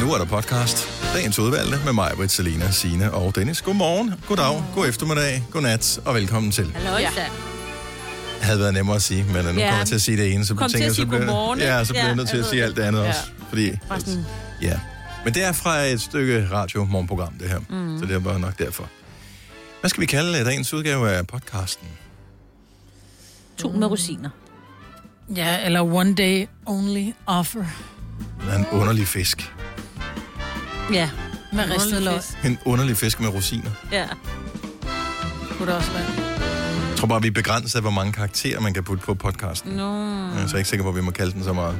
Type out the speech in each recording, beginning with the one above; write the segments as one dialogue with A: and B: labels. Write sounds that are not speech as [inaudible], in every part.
A: Nu er der podcast. Dagens udvalgte med mig, Britt, Selina, Sine og Dennis. Godmorgen, goddag, god eftermiddag, godnat og velkommen til.
B: Halløj, ja.
A: Det havde været nemmere at sige, men øh, nu
B: Ja.
A: kommer jeg til at sige det ene, så
B: Kom til
A: tænker,
B: at sige
A: så bliver,
B: godmorgen, ikke?
A: ja, så bliver
B: Ja,
A: jeg nødt til
B: jeg
A: at
B: ved
A: sige
B: det.
A: alt det andet
B: Ja.
A: også. Fordi,
B: Bare sådan,
A: ja. Men det er fra et stykke radio morgenprogram, det her. Mm. Så det er bare nok derfor. Hvad skal vi kalde øh, dagens udgave af podcasten?
C: to med rosiner.
D: Mm. Ja, eller one day only offer
A: Den er en underlig fisk.
C: Ja.
D: med ristet løg.
A: En underlig fisk med rosiner.
C: Ja.
D: Kunne det også være.
A: Jeg tror bare, vi er begrænset af, hvor mange karakterer, man kan putte på podcasten.
C: No.
A: Mm. Så jeg er ikke sikker på, at vi må kalde den så meget.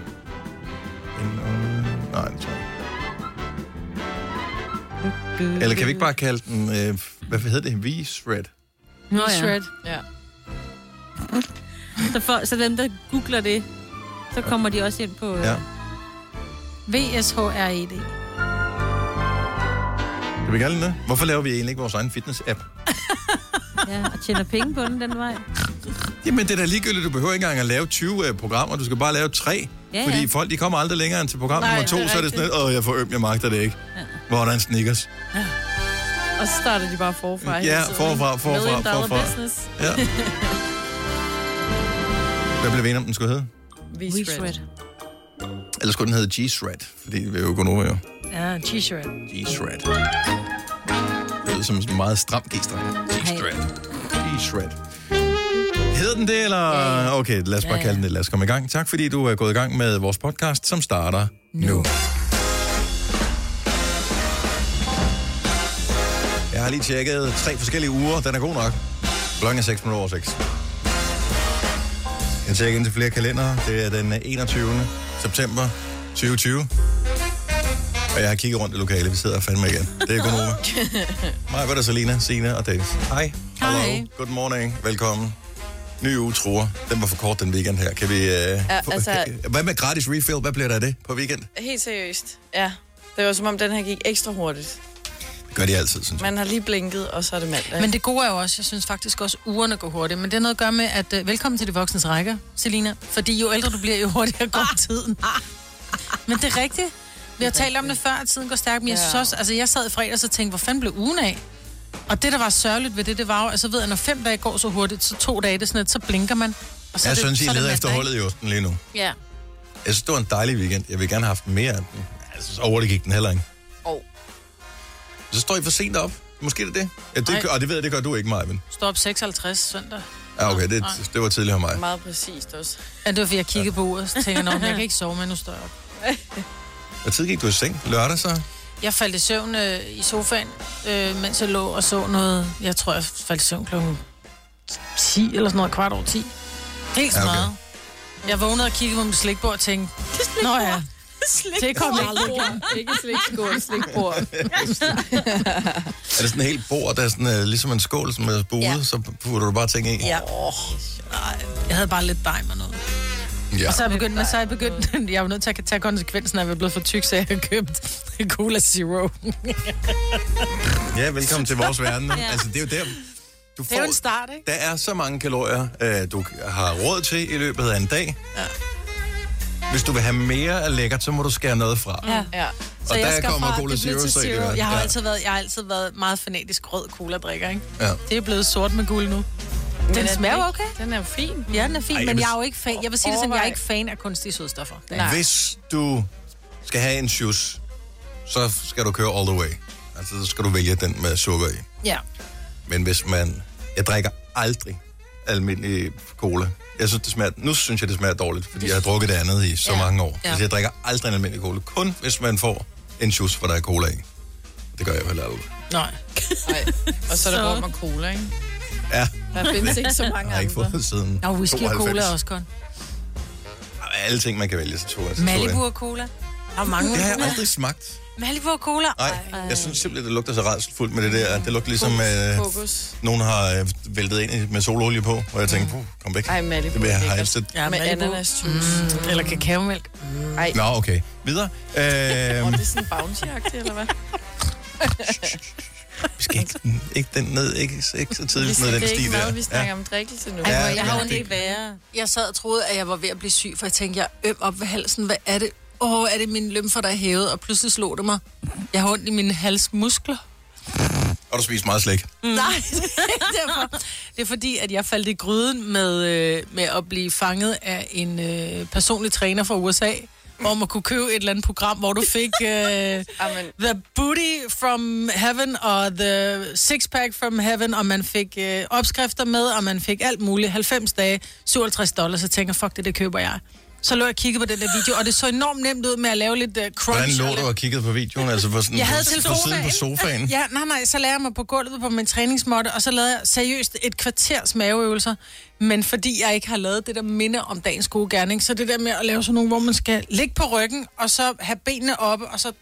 A: En, øh, nej, det tror jeg ikke. Eller kan vi ikke bare kalde den, øh, hvad hedder det, V-Shred?
C: Nå, ja.
D: Shred.
B: Ja.
C: [laughs] Så, for, så dem, der googler det, så kommer de også ind på... øh,
A: Ja.
C: Ja.
D: VSHRED.
A: Kan vi kalde den det? Hvorfor laver vi egentlig ikke vores egen fitness-app?
C: ja og tjener penge på den den vej.
A: Jamen, det er da ligegyldigt. Du behøver ikke engang at lave 20 øh, programmer. Du skal bare lave tre.
C: Ja, ja.
A: fordi folk, de kommer aldrig længere end til program
B: Nej,
A: nummer to,
B: det er
A: så er det sådan lidt, åh, jeg får øm, jeg magter det ikke. Ja. Hvor der en snickers.
B: Og så starter de bare forfra. hele
A: Ja,
B: tiden,
A: forfra,
B: ikke?
A: forfra,
B: Million dollar
A: forfra.
B: business. [laughs]
A: Ja. Hvad blev vi enige om, den skulle hedde?
B: V-shred.
A: Eller skulle den hedde G-Shred? Fordi vi er jo kun over, jo.
D: Ja, T-shirt.
A: G-Shred. Det lyder som en meget stram G-streng. G-Shred. G-Shred. Hedder den det, eller? Okay, lad os bare kalde den det. Lad os komme i gang. Tak, fordi du er gået i gang med vores podcast, som starter nu. Jeg har lige tjekket tre forskellige uger. Den er god nok. Klokken er 6 minutter over 6. Jeg tjekker ind til flere kalendere. Det er den 21. september 2020. Og jeg har kigget rundt i lokalet. Vi sidder her fandme igen. Det er
B: [laughs]
A: Gunova. Mig, hvad der Selina, Sina og Dennis. Hej. Hello. Good morning. Velkommen. Ny uge truer. Den var for kort den weekend her. Kan vi... Øh, ja,
B: altså-
A: hvad med gratis refill? Hvad bliver der af det på weekend?
B: Helt seriøst. Ja. Det var som om, den her gik ekstra hurtigt.
A: Det gør de altid, synes jeg.
B: Man har lige blinket, og så er det mandag.
D: Men det gode er jo også, jeg synes faktisk også, ugerne går hurtigt. Men det er noget at gøre med, at øh, velkommen til de voksnes rækker, Selina. Fordi jo ældre du bliver, jo hurtigere
A: [laughs]
D: går tiden. Men det er rigtigt. Vi har talt om det før, at tiden går stærkt. Men jeg, synes
B: Ja.
D: også, altså, jeg sad i fredags og tænkte, hvor fanden blev ugen af? Og det, der var sørgeligt ved det, det var jo, altså ved jeg, når fem dage går så hurtigt, så to dage, det er sådan lidt, så blinker man. Og så er
A: Jeg
D: det,
A: synes, I
D: så er det
A: leder
D: mandag,
A: efter
D: ikke?
A: hullet i osten lige nu.
B: Ja.
A: Jeg synes, det var en dejlig weekend. Jeg vil gerne have haft mere af den. Altså, så over det gik den heller ikke.
B: Og
A: Så står I for sent op. Måske er det det. Ja, det
D: Nej.
A: gør, og det ved jeg, det gør du ikke, Maja.
D: Stå op 56 søndag.
A: Ja, okay, det,
D: Nej.
A: det var tidligere mig.
B: meget præcist også.
D: Ja, det var, fordi jeg kiggede på uret, så tænkte jeg, "Nå, men jeg
A: [laughs]
D: kan ikke sove, men nu står jeg op.
A: Hvor tid gik du i seng? Lørdag så?
D: Jeg faldt i søvn øh, i sofaen, øh, mens jeg lå og så noget. Jeg tror, jeg faldt i søvn klokken 10 eller sådan noget, kvart over 10. Helt så
A: Ja,
D: ja,
A: okay.
D: okay. meget. Jeg vågnede og kiggede på mit slikbord og [laughs] tænkte, Nå ja, det kom jeg aldrig i [laughs] gang.
B: Ikke slikskål,
A: [laughs]
B: slikbord.
A: Er det sådan et helt bord, der er sådan, uh, ligesom en skål, som er buet, ja.
B: Ja.
A: så putter du bare ting i?
D: Ja. Oh, jeg havde bare lidt dej med noget.
A: ja.
D: Så er jeg begyndt, men så er jeg begyndt, [laughs] jeg var nødt til at tage konsekvensen af, at jeg er blevet for tyk, så jeg har købt [laughs] Cola Zero.
A: ja velkommen til
D: [laughs]
A: vores verden. ja. Altså, det er jo der, du får...
D: Det er jo en start, ikke?
A: Der er så mange kalorier, øh, du har råd til i løbet af en dag. Ja. Hvis du vil have mere af lækkert, så må du skære noget fra.
D: Ja.
B: Ja.
D: Så
A: Og
D: jeg
A: der
D: skal
A: kommer
D: fra
A: Cola
D: det
A: Zero,
D: blev til
A: så I
D: zero.
A: kan-
D: Jeg har,
A: ja.
D: altid været, jeg har altid været meget fanatisk rød cola-drikker, ikke?
A: Ja.
D: Det er blevet sort med gul nu. Den smager jo okay.
B: Den er jo fin.
D: Ja, den er fin,
A: Ej, jeg
D: Ej, men
A: vil-
D: jeg er jo ikke fan. Jeg vil sige det sådan, jeg er
B: Overvej.
D: ikke fan af kunstige sødstoffer.
B: Nej.
A: Hvis du skal have en shoes, så skal du køre all the way. Altså, så skal du vælge den med sukker i.
D: Ja.
A: Men hvis man... Jeg drikker aldrig almindelig cola. Jeg synes, det smager... Nu synes jeg, det smager dårligt, fordi jeg har drukket det andet i så ja. mange år. Ja.
D: Ja.
A: Altså, jeg drikker aldrig en almindelig cola. Kun hvis man får en shoes, hvor der er cola i. Det gør jeg jo heller aldrig.
D: Nej.
B: Ej. Og så er der rum og cola, ikke?
A: Ja,
B: Der findes ikke så mange
A: jeg har ikke fået
B: andre.
A: det siden
D: Og whisky og cola er også godt.
A: Alle ting, man kan vælge, så tog jeg. Så tog jeg.
D: Malibu og cola. Der er mange.
A: Det har jeg aldrig smagt.
D: Malibu og cola.
A: Nej, jeg synes simpelthen, det lugter så rædselsfuldt med det der. Det lugter ligesom, øh,
B: Fokus.
A: nogen har øh, væltet ind i- med sololie på, og jeg tænker, puh, kom væk.
B: Ej, Malibu
A: det vil jeg
B: er
A: have
B: lækkert.
A: helst.
D: Ja,
B: Med
D: Malibu.
B: ananas juice.
D: Mm, Eller kakaomælk.
A: Nå, okay. Videre.
B: Og
A: Øhm,
B: det er sådan bouncy eller hvad?
A: vi skal ikke, ikke den ned, ikke, ikke så
B: Vi
A: tidligt ned i den
B: snakker
A: sti
B: ikke
A: der.
B: mad, vi snakker om drikkelse nu.
A: Ja,
D: jeg har
A: ja,
D: ondt i
A: det-
C: værre.
D: Jeg sad og troede, at jeg var ved at blive syg, for jeg tænkte, jeg er øm op ved halsen. Hvad er det åh, oh, er det mine lymfer, der er hævet, og pludselig slog det mig. Jeg har ondt i mine halsmuskler.
A: Og du spiser meget slik.
D: Mm. Nej, [laughs] det er ikke derfor. Det er fordi, at jeg faldt i gryden med, øh, med at blive fanget af en øh, personlig træner fra USA, hvor man kunne købe et eller andet program, hvor du fik øh,
B: Amen.
D: The Booty from Heaven og The Six Pack from Heaven, og man fik øh, opskrifter med, og man fik alt muligt. 90 dage, 57 dollars, så tænker jeg, fuck det, det køber jeg. Så lå jeg og kiggede på den der video, og det så enormt nemt ud med at lave lidt øh, crunch.
A: Hvordan
D: og
A: lå
D: lidt-
A: du og kiggede på videoen? Altså, for sådan,
D: jeg havde
A: på-
D: telefonen.
A: På siden på sofaen.
D: [laughs] Ja, nej, nej, så lagde jeg mig på gulvet på min træningsmåtte, og så lavede jeg seriøst et kvarters maveøvelser. Men fordi jeg ikke har lavet det, der minder om dagens gode gerning, så det der med at lave sådan nogle, hvor man skal ligge på ryggen, og så have benene oppe, og så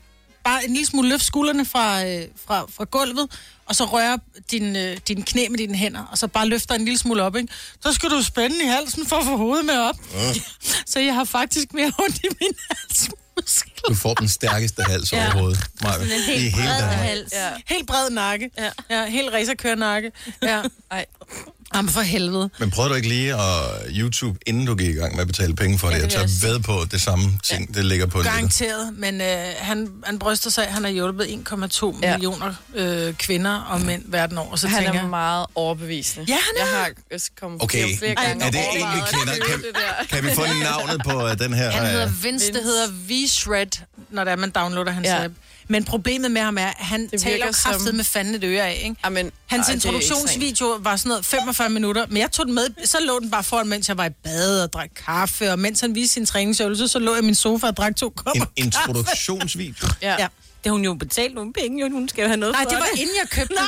D: bare en lille smule løft skuldrene fra, øh, fra, fra gulvet, og så røre din, øh, din knæ med dine hænder, og så bare løfter en lille smule op, ikke? Så skal du spænde i halsen for at få hovedet med op.
A: Ja.
D: [laughs] Så jeg har faktisk mere ondt i min halsmuskler.
A: Du får den stærkeste hals overhovedet. Maja.
C: Sådan en
A: I
C: helt
A: hele
C: bred
A: Danmark.
C: hals.
B: Ja.
D: Helt bred nakke.
C: Ja.
D: ja helt racerkørnakke. Ja.
B: Ej.
D: Jamen for helvede.
A: Men prøvede du ikke lige at YouTube, inden du gik i gang med at betale penge for det? Jeg
C: det vil
A: tager
C: jeg sige.
A: ved på det samme ting, det ligger på nettet.
D: Garanteret, men øh, han, han bryster sig af, at han har hjulpet 1,2 ja.
B: Ja.
D: millioner øh, kvinder og mænd verden over. Så
B: Han
D: tænker
B: er
D: jeg,
B: meget overbevisende.
D: Ja, han er.
B: Jeg har også kommet
A: Okay,
B: flere- flere
A: er
B: gange
A: det
B: og
A: egentlig
B: overvejet at
A: kvinder?
B: købe det der.
A: Kan vi få navnet på øh, den her?
D: han
A: øh,
D: hedder Vince, det
B: Vince.
D: hedder V-Shred, når det er, man downloader hans ja.
B: Ja.
D: app. Men problemet med ham er, at han
B: Det
D: taler
B: virker som-
D: kraftet med fanden et øre af, ikke?
B: Amen,
D: Hans
B: ej, det er
D: introduktionsvideo var sådan noget 45 minutter, men jeg tog den med, så lå den bare foran, mens jeg var i bad og drak kaffe, og mens han viste sin træningsøvelse, så lå jeg i min sofa og drak to kopper.
A: En
D: [laughs]
A: introduktionsvideo.
B: ekstremt.
D: Ja.
B: Ja.
C: Det har hun jo betalt nogle penge, [laughs] jo. Hun skal jo have noget
D: Nej,
C: for
D: det var
C: det.
D: inden jeg købte den.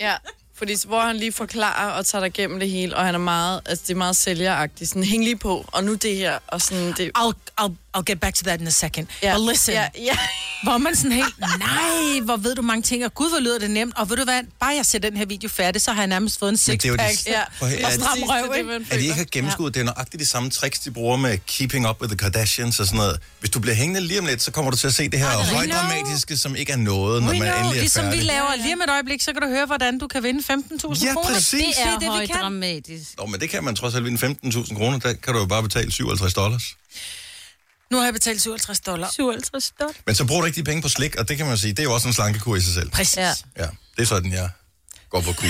B: Ja, fordi s- hvor han lige forklarer og tager dig igennem det hele, og han er meget, altså det er meget sælgeragtigt. Sådan, hæng lige på, og nu det her, og sådan det...
D: I'll, I'll, I'll get back to that in a second. Yeah. But listen,
B: Ja,
D: yeah.
B: ja.
D: hvor man sådan helt, nej, hvor ved du mange ting, og gud, hvor lyder det nemt, og ved du hvad, bare jeg ser den her video færdig, så har jeg nærmest fået en
A: Men det er jo
D: sixpack.
A: det-
B: ja.
A: Prøv at høre,
B: Og
A: er det-
B: stram røv, ikke?
A: At de ikke har gennemskuddet, det er nøjagtigt de samme tricks, de bruger med Keeping Up with the Kardashians og sådan noget. Hvis du bliver hængende lige om lidt, så kommer du til at se det her
D: know.
A: højdramatiske, som ikke er noget, når
D: We
A: man
D: know,
A: endelig er
D: ligesom vi
A: færdig.
D: laver lige om et øjeblik, så kan du høre, hvordan du kan vinde 15.000
A: Ja,
D: kroner.
A: præcis.
D: Det er det, vi
C: højt
D: kan.
C: dramatisk.
A: Nå, men det kan man trods alt vinde 15.000 kroner, der kan du jo bare betale 57 dollars.
D: Nu har jeg betalt 57 dollar.
C: 57 stort.
A: Men så bruger du ikke de penge på slik, og det kan man sige, det er jo også en slankekur i sig selv.
D: Præcis. Ja.
C: Ja.
A: Ja, det er sådan, jeg går på kur.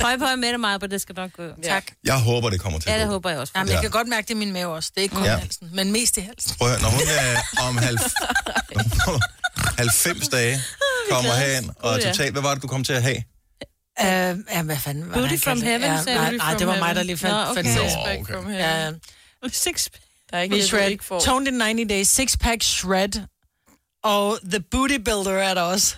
C: Prøv på med dig, Maja, på det skal nok gå. Ja,
D: Tak.
A: Jeg håber, det kommer til at
C: det
A: gå.
C: håber jeg også.
D: Jamen,
A: Ja.
D: jeg kan godt mærke det i min mave også. Det er ikke kun
A: Ja.
D: ja. halsen, men mest i halsen.
A: Prøv at høre, når hun er om halv...
D: [laughs]
A: når hun om 90 dage kommer herhen, og
C: Gud, ja.
A: totalt, hvad var det, du kom til at have?
D: Uh, ja, hvad fanden var det,
C: Beauty
D: han
C: from
D: kaldte det?
C: heaven,
D: ja,
C: sagde
D: nej,
C: du.
D: nej, det var mig, der lige fandt,
C: Nå, okay.
D: fandt
A: Nå,
D: six.
B: Back
A: okay.
B: from her.
D: Ja,
C: Six
B: Der er ikke
D: Vi
B: noget, du
D: shred.
B: ikke får.
D: Toned in 90 Days, Six Pack Shred. Og The Booty Builder er der også.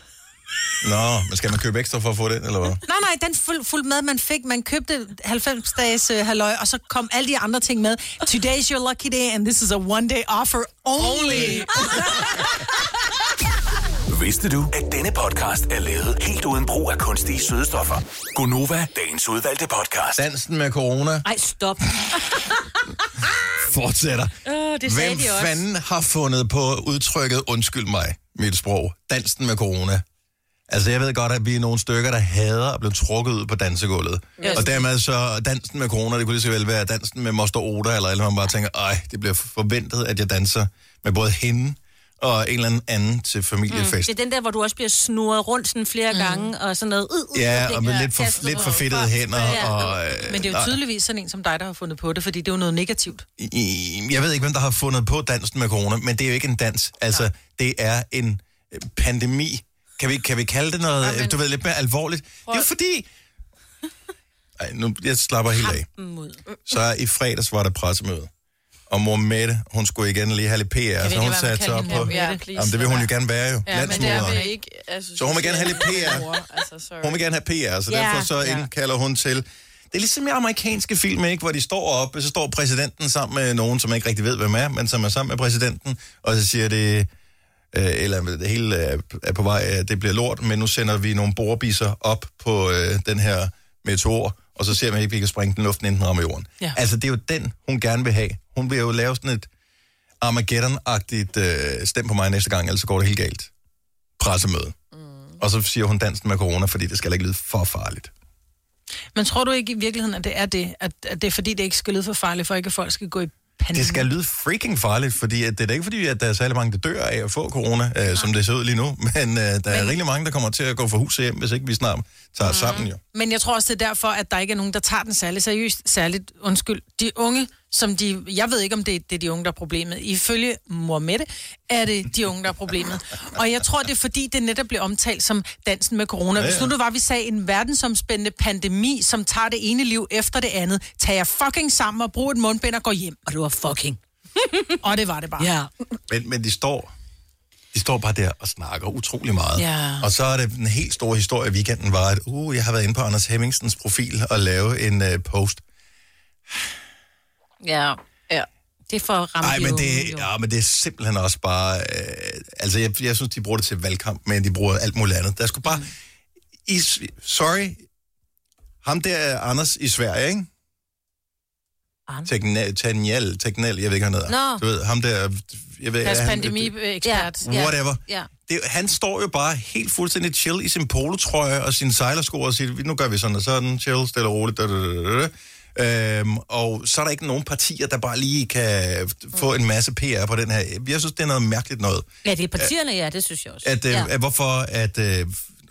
A: Nå, men skal man købe ekstra for at få den, eller hvad?
D: Nej, nej, den fuld, fuld med, man fik. Man købte 90 dages uh, halløj, og så kom alle de andre ting med. Today is your lucky day, and this is a one-day offer only.
E: Vidste du, at denne podcast er lavet helt uden brug af kunstige sødestoffer? Gonova, dagens udvalgte podcast.
A: Dansen med corona
C: Ej, stop.
A: [laughs] fortsætter.
C: Åh, det sagde
A: Hvem
C: de også.
A: fanden har fundet på udtrykket, undskyld mig, mit sprog, dansen med corona? Altså, jeg ved godt, at vi er nogle stykker, der hader at blive trukket ud på dansegulvet. Yes. Og dermed så, dansen med corona, det kunne lige så vel være dansen med Moster Oda, eller, eller man bare tænker, ej, det bliver forventet, at jeg danser med både hende og en eller anden anden til familiefest.
C: Det er den der, hvor du også bliver snurret rundt sådan flere gange, og sådan noget. Uh, uh,
A: Ja, og med lidt,
C: kastet
A: for, lidt
C: ud.
A: for fedtede hænder.
C: Ja.
A: Og, øh,
D: Men det er jo tydeligvis sådan en som dig, der har fundet på det, fordi det er jo noget negativt.
A: i- jeg ved ikke, hvem der har fundet på dansen med corona, men det er jo ikke en dans. Altså, det er en øh, pandemi. Kan vi, kan vi kalde det noget, øh,
B: Jamen.
A: du ved, lidt mere alvorligt? Det er jo fordi... Ej, nu, jeg slapper helt af.
C: Mm, ud. Kan
A: Så i fredags var der pressemøde. Og mor Mette, hun skulle igen lige have lidt PR, så
D: ikke
A: hun
D: lade være med at
A: satte
D: kalde
A: sig op
D: hende
A: på...
D: mor Mette?
B: Ja, please.
A: Jamen, det vil hun jo gerne være jo.
B: Ja, men det er
A: Landsmoderen.
B: vel ikke... Altså,
A: Så hun vil gerne have lidt PR.
B: Altså, sorry.
A: Hun vil gerne have PR, så
C: Ja.
A: derfor så
B: Ja.
A: indkalder hun til... Det er ligesom i amerikanske film, ikke? hvor de står op, og så står præsidenten sammen med nogen, som ikke rigtig ved, hvem er, men som er sammen med præsidenten, og så siger det, øh, eller det hele er- er på vej, øh, det bliver lort, men nu sender vi nogle borebiser op på øh, den her meteor, og så ser man ikke, vi kan sprænge den i luften, inden den rammer jorden.
D: Ja.
A: Altså, det er jo den, hun gerne vil have. Hun vil jo lave sådan et Armageddon-agtigt øh, stem på mig næste gang, ellers så går det helt galt. Pressemøde. Og så siger hun dansen med corona, fordi det skal heller ikke lyde for farligt.
D: Men tror du ikke i virkeligheden, at det er det? At, at det er fordi, det ikke skal lyde for farligt, for ikke at folk skal gå i
A: Det skal lyde freaking farligt, fordi at det er da ikke fordi, at der er særlig mange, der dør af at få corona, øh, som det ser ud lige nu. [laughs] Men øh, der er rigtig mange, der kommer til at gå fra hus og hjem, hvis ikke vi snart tager os sammen jo.
D: Men jeg tror også, det er derfor, at der ikke er nogen, der tager den særlig seriøst. Særligt, undskyld, de unge, som de... Jeg ved ikke, om det, er- det er de unge, der er problemet. Ifølge mor Mette er det de unge, der er problemet. Og jeg tror, det er fordi, det netop blev omtalt som dansen med corona.
A: Ja, ja.
D: Hvis nu det var, vi sagde en verdensomspændende pandemi, som tager det ene liv efter det andet, tager jeg fucking sammen og bruger et mundbind og går hjem.
F: Og det var
A: [laughs]
F: fucking.
D: Og det var det bare.
F: Ja.
A: Men, men de står de står bare der og snakker utrolig meget.
D: Ja.
A: Og så er det en helt stor historie i weekenden var, at uh, jeg har været inde på Anders Hemmingsens profil og lave en uh, post.
C: Ja.
B: Ja.
C: Det er for at ramme
A: Nej,
C: de
A: men,
C: unge,
A: det,
C: jo.
A: ja, men det er simpelthen også bare... Øh, altså, jeg, jeg synes, de bruger det til valgkamp, men de bruger alt muligt andet. Der skulle bare... I, s- sorry. Ham der er Anders i Sverige, ikke?
C: Anders?
A: Tegnell, Tegnell, Tegnell, jeg ved ikke, han hedder.
C: Nå.
A: Du ved, ham der... Jeg ved,
D: Deres
A: er han-
D: pandemiekspert.
C: Ja.
A: Whatever.
C: Ja.
A: Det, han står jo bare helt fuldstændig chill i sin polotrøje og sin sejlersko og siger, nu gør vi sådan og sådan, chill, stille og roligt. Da, da, da, da. Øhm, og så er der ikke nogen partier, der bare lige kan få en masse PR på den her. Jeg synes, det er noget mærkeligt noget.
C: ja, det er partierne, ja, det synes jeg også.
A: At, øh,
C: ja.
A: ja. at hvorfor, at, øh,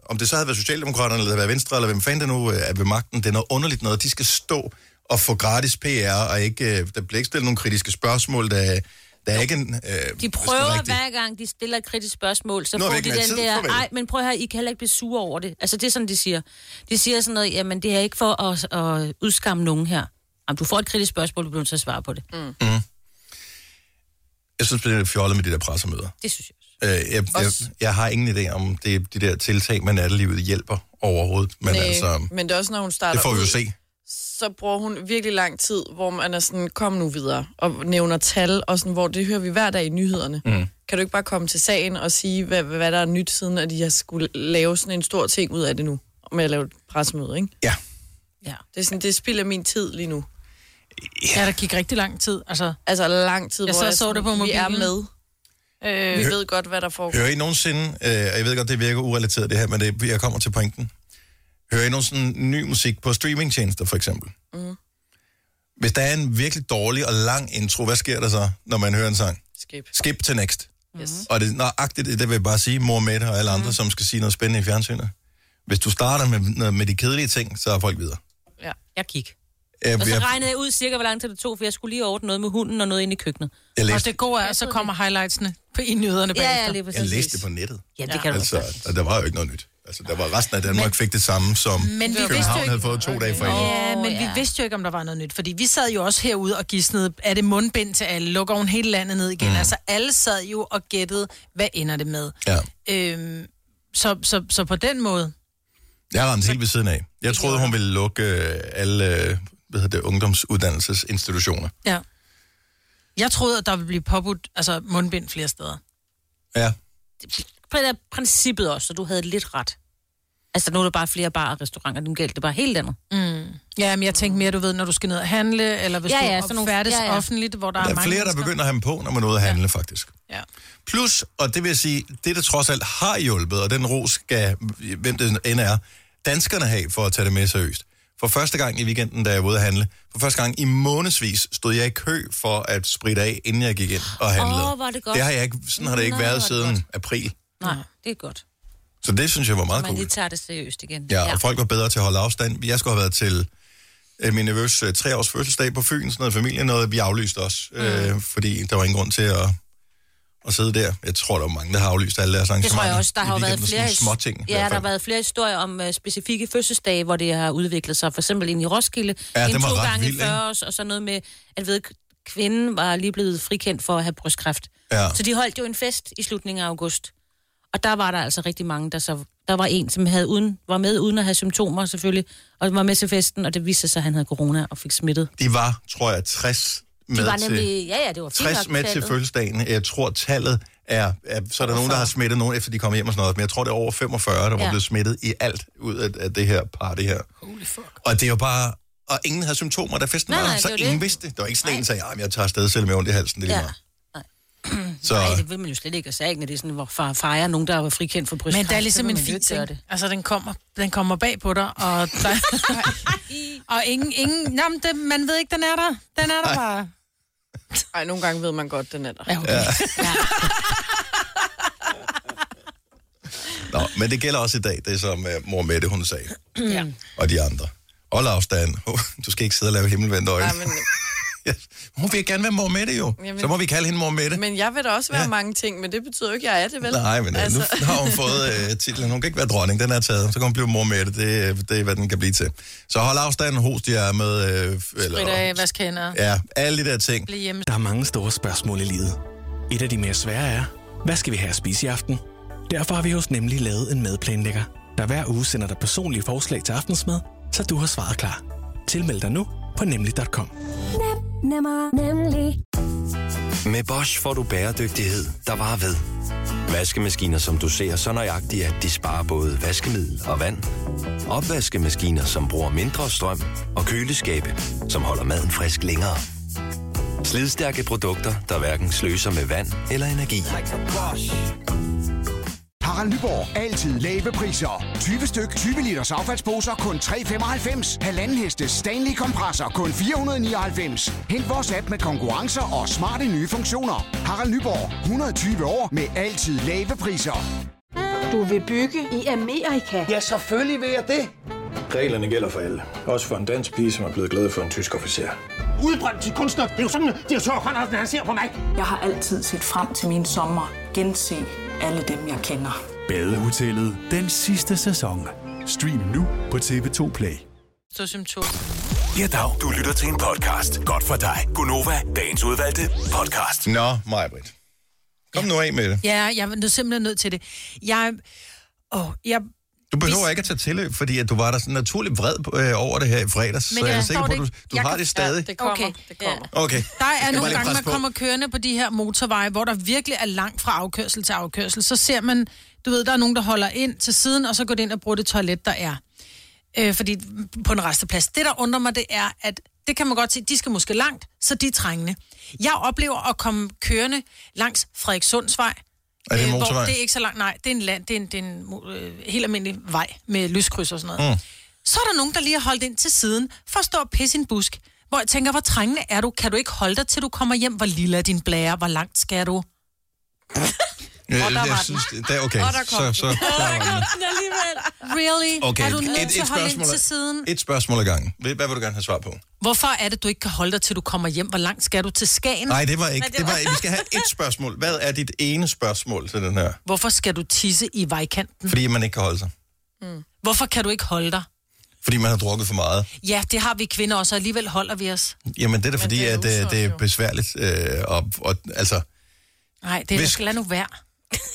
A: om det så havde været Socialdemokraterne, eller det havde været Venstre, eller hvem fanden det nu øh, er ved magten, det er noget underligt noget. De skal stå og få gratis PR, og ikke, øh, der bliver ikke stillet nogle kritiske spørgsmål, der, der er ikke en... Øh,
C: De prøver hver gang, de stiller et kritisk spørgsmål, så
A: Nu har
C: får
A: vi
C: de
A: ikke mere
C: den
A: tid,
C: der,
A: farvel.
C: nej, men prøv her, I kan heller ikke blive sure over det. Altså, det er sådan, de siger. De siger sådan noget, jamen, det er ikke for at, at udskamme nogen her. Jamen, du får et kritisk spørgsmål, du bliver nødt til at svare på det. Mm.
A: Jeg synes, det er fjollet med de der pressemøder.
C: Det synes jeg også.
A: Øh, jeg, jeg,
B: Også-
A: jeg har ingen idé om det, de der tiltag med nattelivet hjælper overhovedet, men
B: Næh,
A: altså,
B: men det er også, når hun starter
A: det får vi jo
B: ud,
A: se.
B: så bruger hun virkelig lang tid, hvor man er sådan, kom nu videre, og nævner tal, og sådan, hvor det hører vi hver dag i nyhederne. Mm. Kan du ikke bare komme til sagen og sige, hvad, hvad der er nyt siden, at de har skulle lave sådan en stor ting ud af det nu, med at lave et pressemøde, ikke?
A: Ja.
C: Ja.
B: Det er sådan, det spilder min tid lige nu.
D: Ja, der gik rigtig lang tid. Altså,
B: Altså lang tid,
D: Jeg
B: hvor
D: sad og
B: jeg
D: så
B: sådan,
D: det på
B: vi er
D: mobilen.
B: med.
D: øh,
B: Vi ved godt, hvad der foregår.
A: Hører I nogensinde, øh, og jeg ved godt, det virker urelateret det her, men det, jeg kommer til pointen. Hører I nogensinde ny musik på streamingtjenester, for eksempel? Mm.
B: Mhm.
A: Hvis der er en virkelig dårlig og lang intro, hvad sker der så, når man hører en sang?
B: Skip.
A: Skip til next.
B: Yes.
A: Og det er nøjagtigt, det vil jeg bare sige, mor med og alle andre, som skal sige noget spændende i fjernsynet. Hvis du starter med, med de kedelige ting, så er folk videre.
B: Ja.
C: Jeg gik.
A: Jeg,
C: Og så
A: jeg,
C: regnede jeg ud cirka, hvor lang tid det tog, for jeg skulle lige ordne noget med hunden og noget inde i køkkenet.
A: jeg,
D: og
A: læste,
D: det gode er, så kommer highlightsene på i nyhederne bagefter.
C: Ja, ja, lige præcis.
A: jeg læste det på nettet.
C: Ja, det kan du også
A: Altså, og der var jo ikke noget nyt. Altså, der var resten af Danmark fik det samme, som
D: Men vi vidste jo
A: København havde
D: ikke...
A: fået to dage for inden.
D: Ja, men vi
C: ja.
D: vidste jo ikke, om der var noget nyt, fordi vi sad jo også herude og gidsnede, er det mundbind til alle, lukker hun hele landet ned igen? Mm. Altså, alle sad jo og gættede, hvad ender det med?
A: Ja.
D: Øhm, så, så, så på den måde...
A: Jeg ramte helt ved siden af. Jeg troede, hun ville lukke øh, alle øh, hvad hedder det, ungdomsuddannelsesinstitutioner.
D: Ja. Jeg troede, at der ville blive påbudt altså, mundbind flere steder.
A: Ja.
C: på det der princippet også, så du havde lidt ret. Altså, nu er der bare flere barer og restauranter, nu gælder det bare helt andet.
D: Ja, men jeg tænkte mere, du ved, når du skal ned og handle, eller hvis
C: Mm. Ja,
D: ja,
C: ja,
D: du
C: sådan nogle-
D: færdes
C: ja, ja.
D: offentligt, hvor der,
A: Der
D: er
A: er
D: mange
A: flere, der
D: mennesker.
A: begynder at have dem på, når man er ude at handle, ja. faktisk.
D: Ja.
A: Plus, og det vil jeg sige, det der trods alt har hjulpet, og den ros skal, hvem det end er, danskerne have for at tage det med seriøst. For første gang i weekenden, da jeg var ude at handle, for første gang i månedsvis stod jeg i kø for at spritte af, inden jeg gik ind og handlede.
C: Åh, hvor er det godt.
A: Det har jeg ikke, sådan har det ikke
C: Nej,
A: været
C: hvor er det
A: siden
C: godt.
A: april.
C: Nej, det er godt.
A: Så det synes jeg var meget
C: Man
A: cool.
C: lige tager det seriøst igen.
A: Ja, og folk var bedre til at holde afstand. Jeg skulle have været til øh, min nervøs øh, treårs fødselsdag på Fyn, sådan noget familie, noget vi aflyste også,
C: Mm.
A: øh, fordi der var ingen grund til at, at sidde der. Jeg tror, der var mange, der har aflyst alle deres
C: Det
A: arrangementer.
C: tror jeg også. Der
A: i
C: har jo været
A: weekenden,
C: flere,
A: sådan små ting,
C: ja, der har været flere historier om uh, specifikke fødselsdage, hvor det har udviklet sig. For eksempel ind i Roskilde.
A: Ja,
C: en
A: den var
C: to
A: ret
C: gange
A: vild,
C: i
A: ikke?
C: 40 års, og så noget med, at ved, kvinden var lige blevet frikendt for at have brystkræft.
A: Ja.
C: Så de holdt jo en fest i slutningen af august. Og der var der altså rigtig mange, der så... Der var en, som havde uden, var med uden at have symptomer selvfølgelig, og var med til festen, og det viste sig, at han havde corona og fik smittet.
A: De var, tror jeg, 60 med
C: De var
A: til...
C: nemlig... Ja, ja, det var fint
A: 60
C: nok
A: med til
C: tallet.
A: fødselsdagen. Jeg tror, tallet er, er... Så er der nogen, der har smittet nogen, efter de kom hjem og sådan noget. Men jeg tror, det er over 45, der var
C: Ja.
A: blevet smittet i alt ud af, af det her party her.
D: Holy fuck.
A: Og det er jo bare... Og ingen havde symptomer, da festen
C: Nej,
A: var,
C: nej,
A: der, så
C: det er jo
A: ingen
C: det.
A: vidste det. Der var ikke sådan en, der sagde, at jeg tager afsted, selvom jeg har ondt i halsen. Det er lige
C: Ja.
A: meget.
C: [clears throat]
A: Så
C: Nej, det vil man jo slet ikke at sige, når det er sådan, hvor far fejrer nogen, der var frikendt for brystkræft.
D: Men der er ligesom
C: så vil
D: en
C: man jo ikke
D: fis,
C: gøre
D: ikke? Altså, den kommer, den kommer bag på dig, og, der, og ingen, ingen, jamen, det, man ved ikke, den er der. Den er der bare.
B: Ej, nogle gange ved man godt, den er der.
C: Mhm. Ja, okay. ja.
A: Nå, men det gælder også i dag, det som uh, mor Mette, hun sagde,
C: [clears throat] ja.
A: og de andre. Hold afstand. [laughs] Oh, du skal ikke sidde og lave himmelvendte øjne.
B: Nej, men,
A: [laughs] Yes. Hun vil gerne være mor Mette jo.
B: Jamen-
A: Så må vi kalde hende mor Mette.
B: men jeg vil da også være
A: Ja.
B: ja. mange ting, men det betyder jo ikke, at jeg er det, vel?
A: Nej, men altså. nu har hun fået øh, titlen. Hun kan ikke være dronning, den er taget. Så kan hun blive mor Mette. Det, øh, det er, hvad den kan blive til. Så hold afstanden, host jer med... Øh, f-
D: Sprit af, vask hænder,
A: ja, alle de der ting.
D: bliv hjemme.
F: Der er mange store spørgsmål i livet. Et af de mere svære er, hvad skal vi have at spise i aften? Derfor har vi hos Nemlig lavet en madplanlægger, der hver uge sender dig personlige forslag til aftensmad, så du har svaret klar. Tilmeld dig nu på nemlig.com.
G: Nemmer, nemlig.
H: Med Bosch får du bæredygtighed, der varer ved. Vaskemaskiner, som du ser så nøjagtigt, at de sparer både vaskemiddel og vand. Opvaskemaskiner, som bruger mindre strøm. Og køleskabe, som holder maden frisk længere. Slidstærke produkter, der hverken sløser med vand eller energi.
I: Harald Nyborg. Altid lave priser. 20 styk, 20 liters affaldsposer kun 3,95. Halvanden heste Stanley kompresser kun 499. Hent vores app med konkurrencer og smarte nye funktioner. Harald Nyborg. 120 år med altid lave priser.
J: Du vil bygge i Amerika? Ja.
K: Reglerne gælder for alle. Også for en dansk pige, som er blevet glad for en tysk officer.
I: Udbrændt til kunstner. Det er jo sådan, at de har tørt, han ser på mig.
J: Jeg har altid set frem til min sommer. Gense alle dem, jeg kender.
E: Badehotellet den sidste sæson. Stream nu på TV2 Play.
D: Stå symptom.
E: Ja, dag. Du lytter til en podcast. Godt for dig. Gunova, dagens udvalgte podcast.
A: Nå, mig, Britt. Kom nu af med det.
D: Ja, jeg er nød- simpelthen nødt til det. Jeg, åh, jeg,
A: Du behøver ikke at tage tilløb, fordi at du var der sådan naturlig vred øh, over det her i fredags. Men så jeg er
D: jeg
A: sikker
D: forstår
A: på, at du,
D: det
A: du
D: ikke. Jeg
A: har
D: kan-
A: det stadig.
B: Ja, det kommer,
D: Okay.
B: okay. det kommer.
A: Okay.
D: der er
A: bare
D: nogle
A: lige
D: gange,
A: presse
D: man
A: på.
D: kommer kørende på de her motorveje, hvor der virkelig er langt fra afkørsel til afkørsel. Så ser man, du ved, der er nogen, der holder ind til siden, og så går det ind og bruger det toilet, der er. Øh, fordi på en resteplads. Det, der undrer mig, det er, at det kan man godt se, de skal måske langt, så de er trængende. Jeg oplever at komme kørende langs Frederikssundsvej,
A: Er det en
D: Øh,
A: motorvej?
D: Hvor, det er ikke så langt, nej. Det er en, land, det er en, det er en mo- øh, helt almindelig vej med lyskryds og sådan noget. Mm. Så er der nogen, der lige har holdt ind til siden for at stå og pisse i en busk. Hvor jeg tænker, hvor trængende er du? Kan du ikke holde dig, til du kommer hjem? Hvor lille er din blære? Hvor langt skal du?
A: Øh,
D: der
A: jeg
D: var den.
A: synes, det er okay.
B: Og der kom
A: så,
B: den.
A: så,
B: alligevel.
D: Really?
A: okay.
D: Er du nødt
A: et,
D: til
A: et,
D: at holde ind
A: spørgsmål,
D: til siden?
A: et spørgsmål ad gangen. Hvad hvad vil du gerne have svar på?
D: Hvorfor er det, du ikke kan holde dig, til du kommer hjem? Hvor langt skal du til Skagen?
A: Nej, det var ikke. Det var, vi skal have et spørgsmål. Hvad er dit ene spørgsmål til den her?
D: Hvorfor skal du tisse i vejkanten?
A: Fordi man ikke kan holde sig.
B: Mm.
D: Hvorfor kan du ikke holde dig?
A: Fordi man har drukket for meget.
D: Ja, det har vi kvinder også, og alligevel holder vi os.
A: Jamen, det er da fordi,
B: det er
A: at øh,
B: usundt,
A: det er
B: jo.
A: besværligt. Øh, og, og, altså,
D: Nej, det er
A: Hvis-
D: hvis... lad nu være.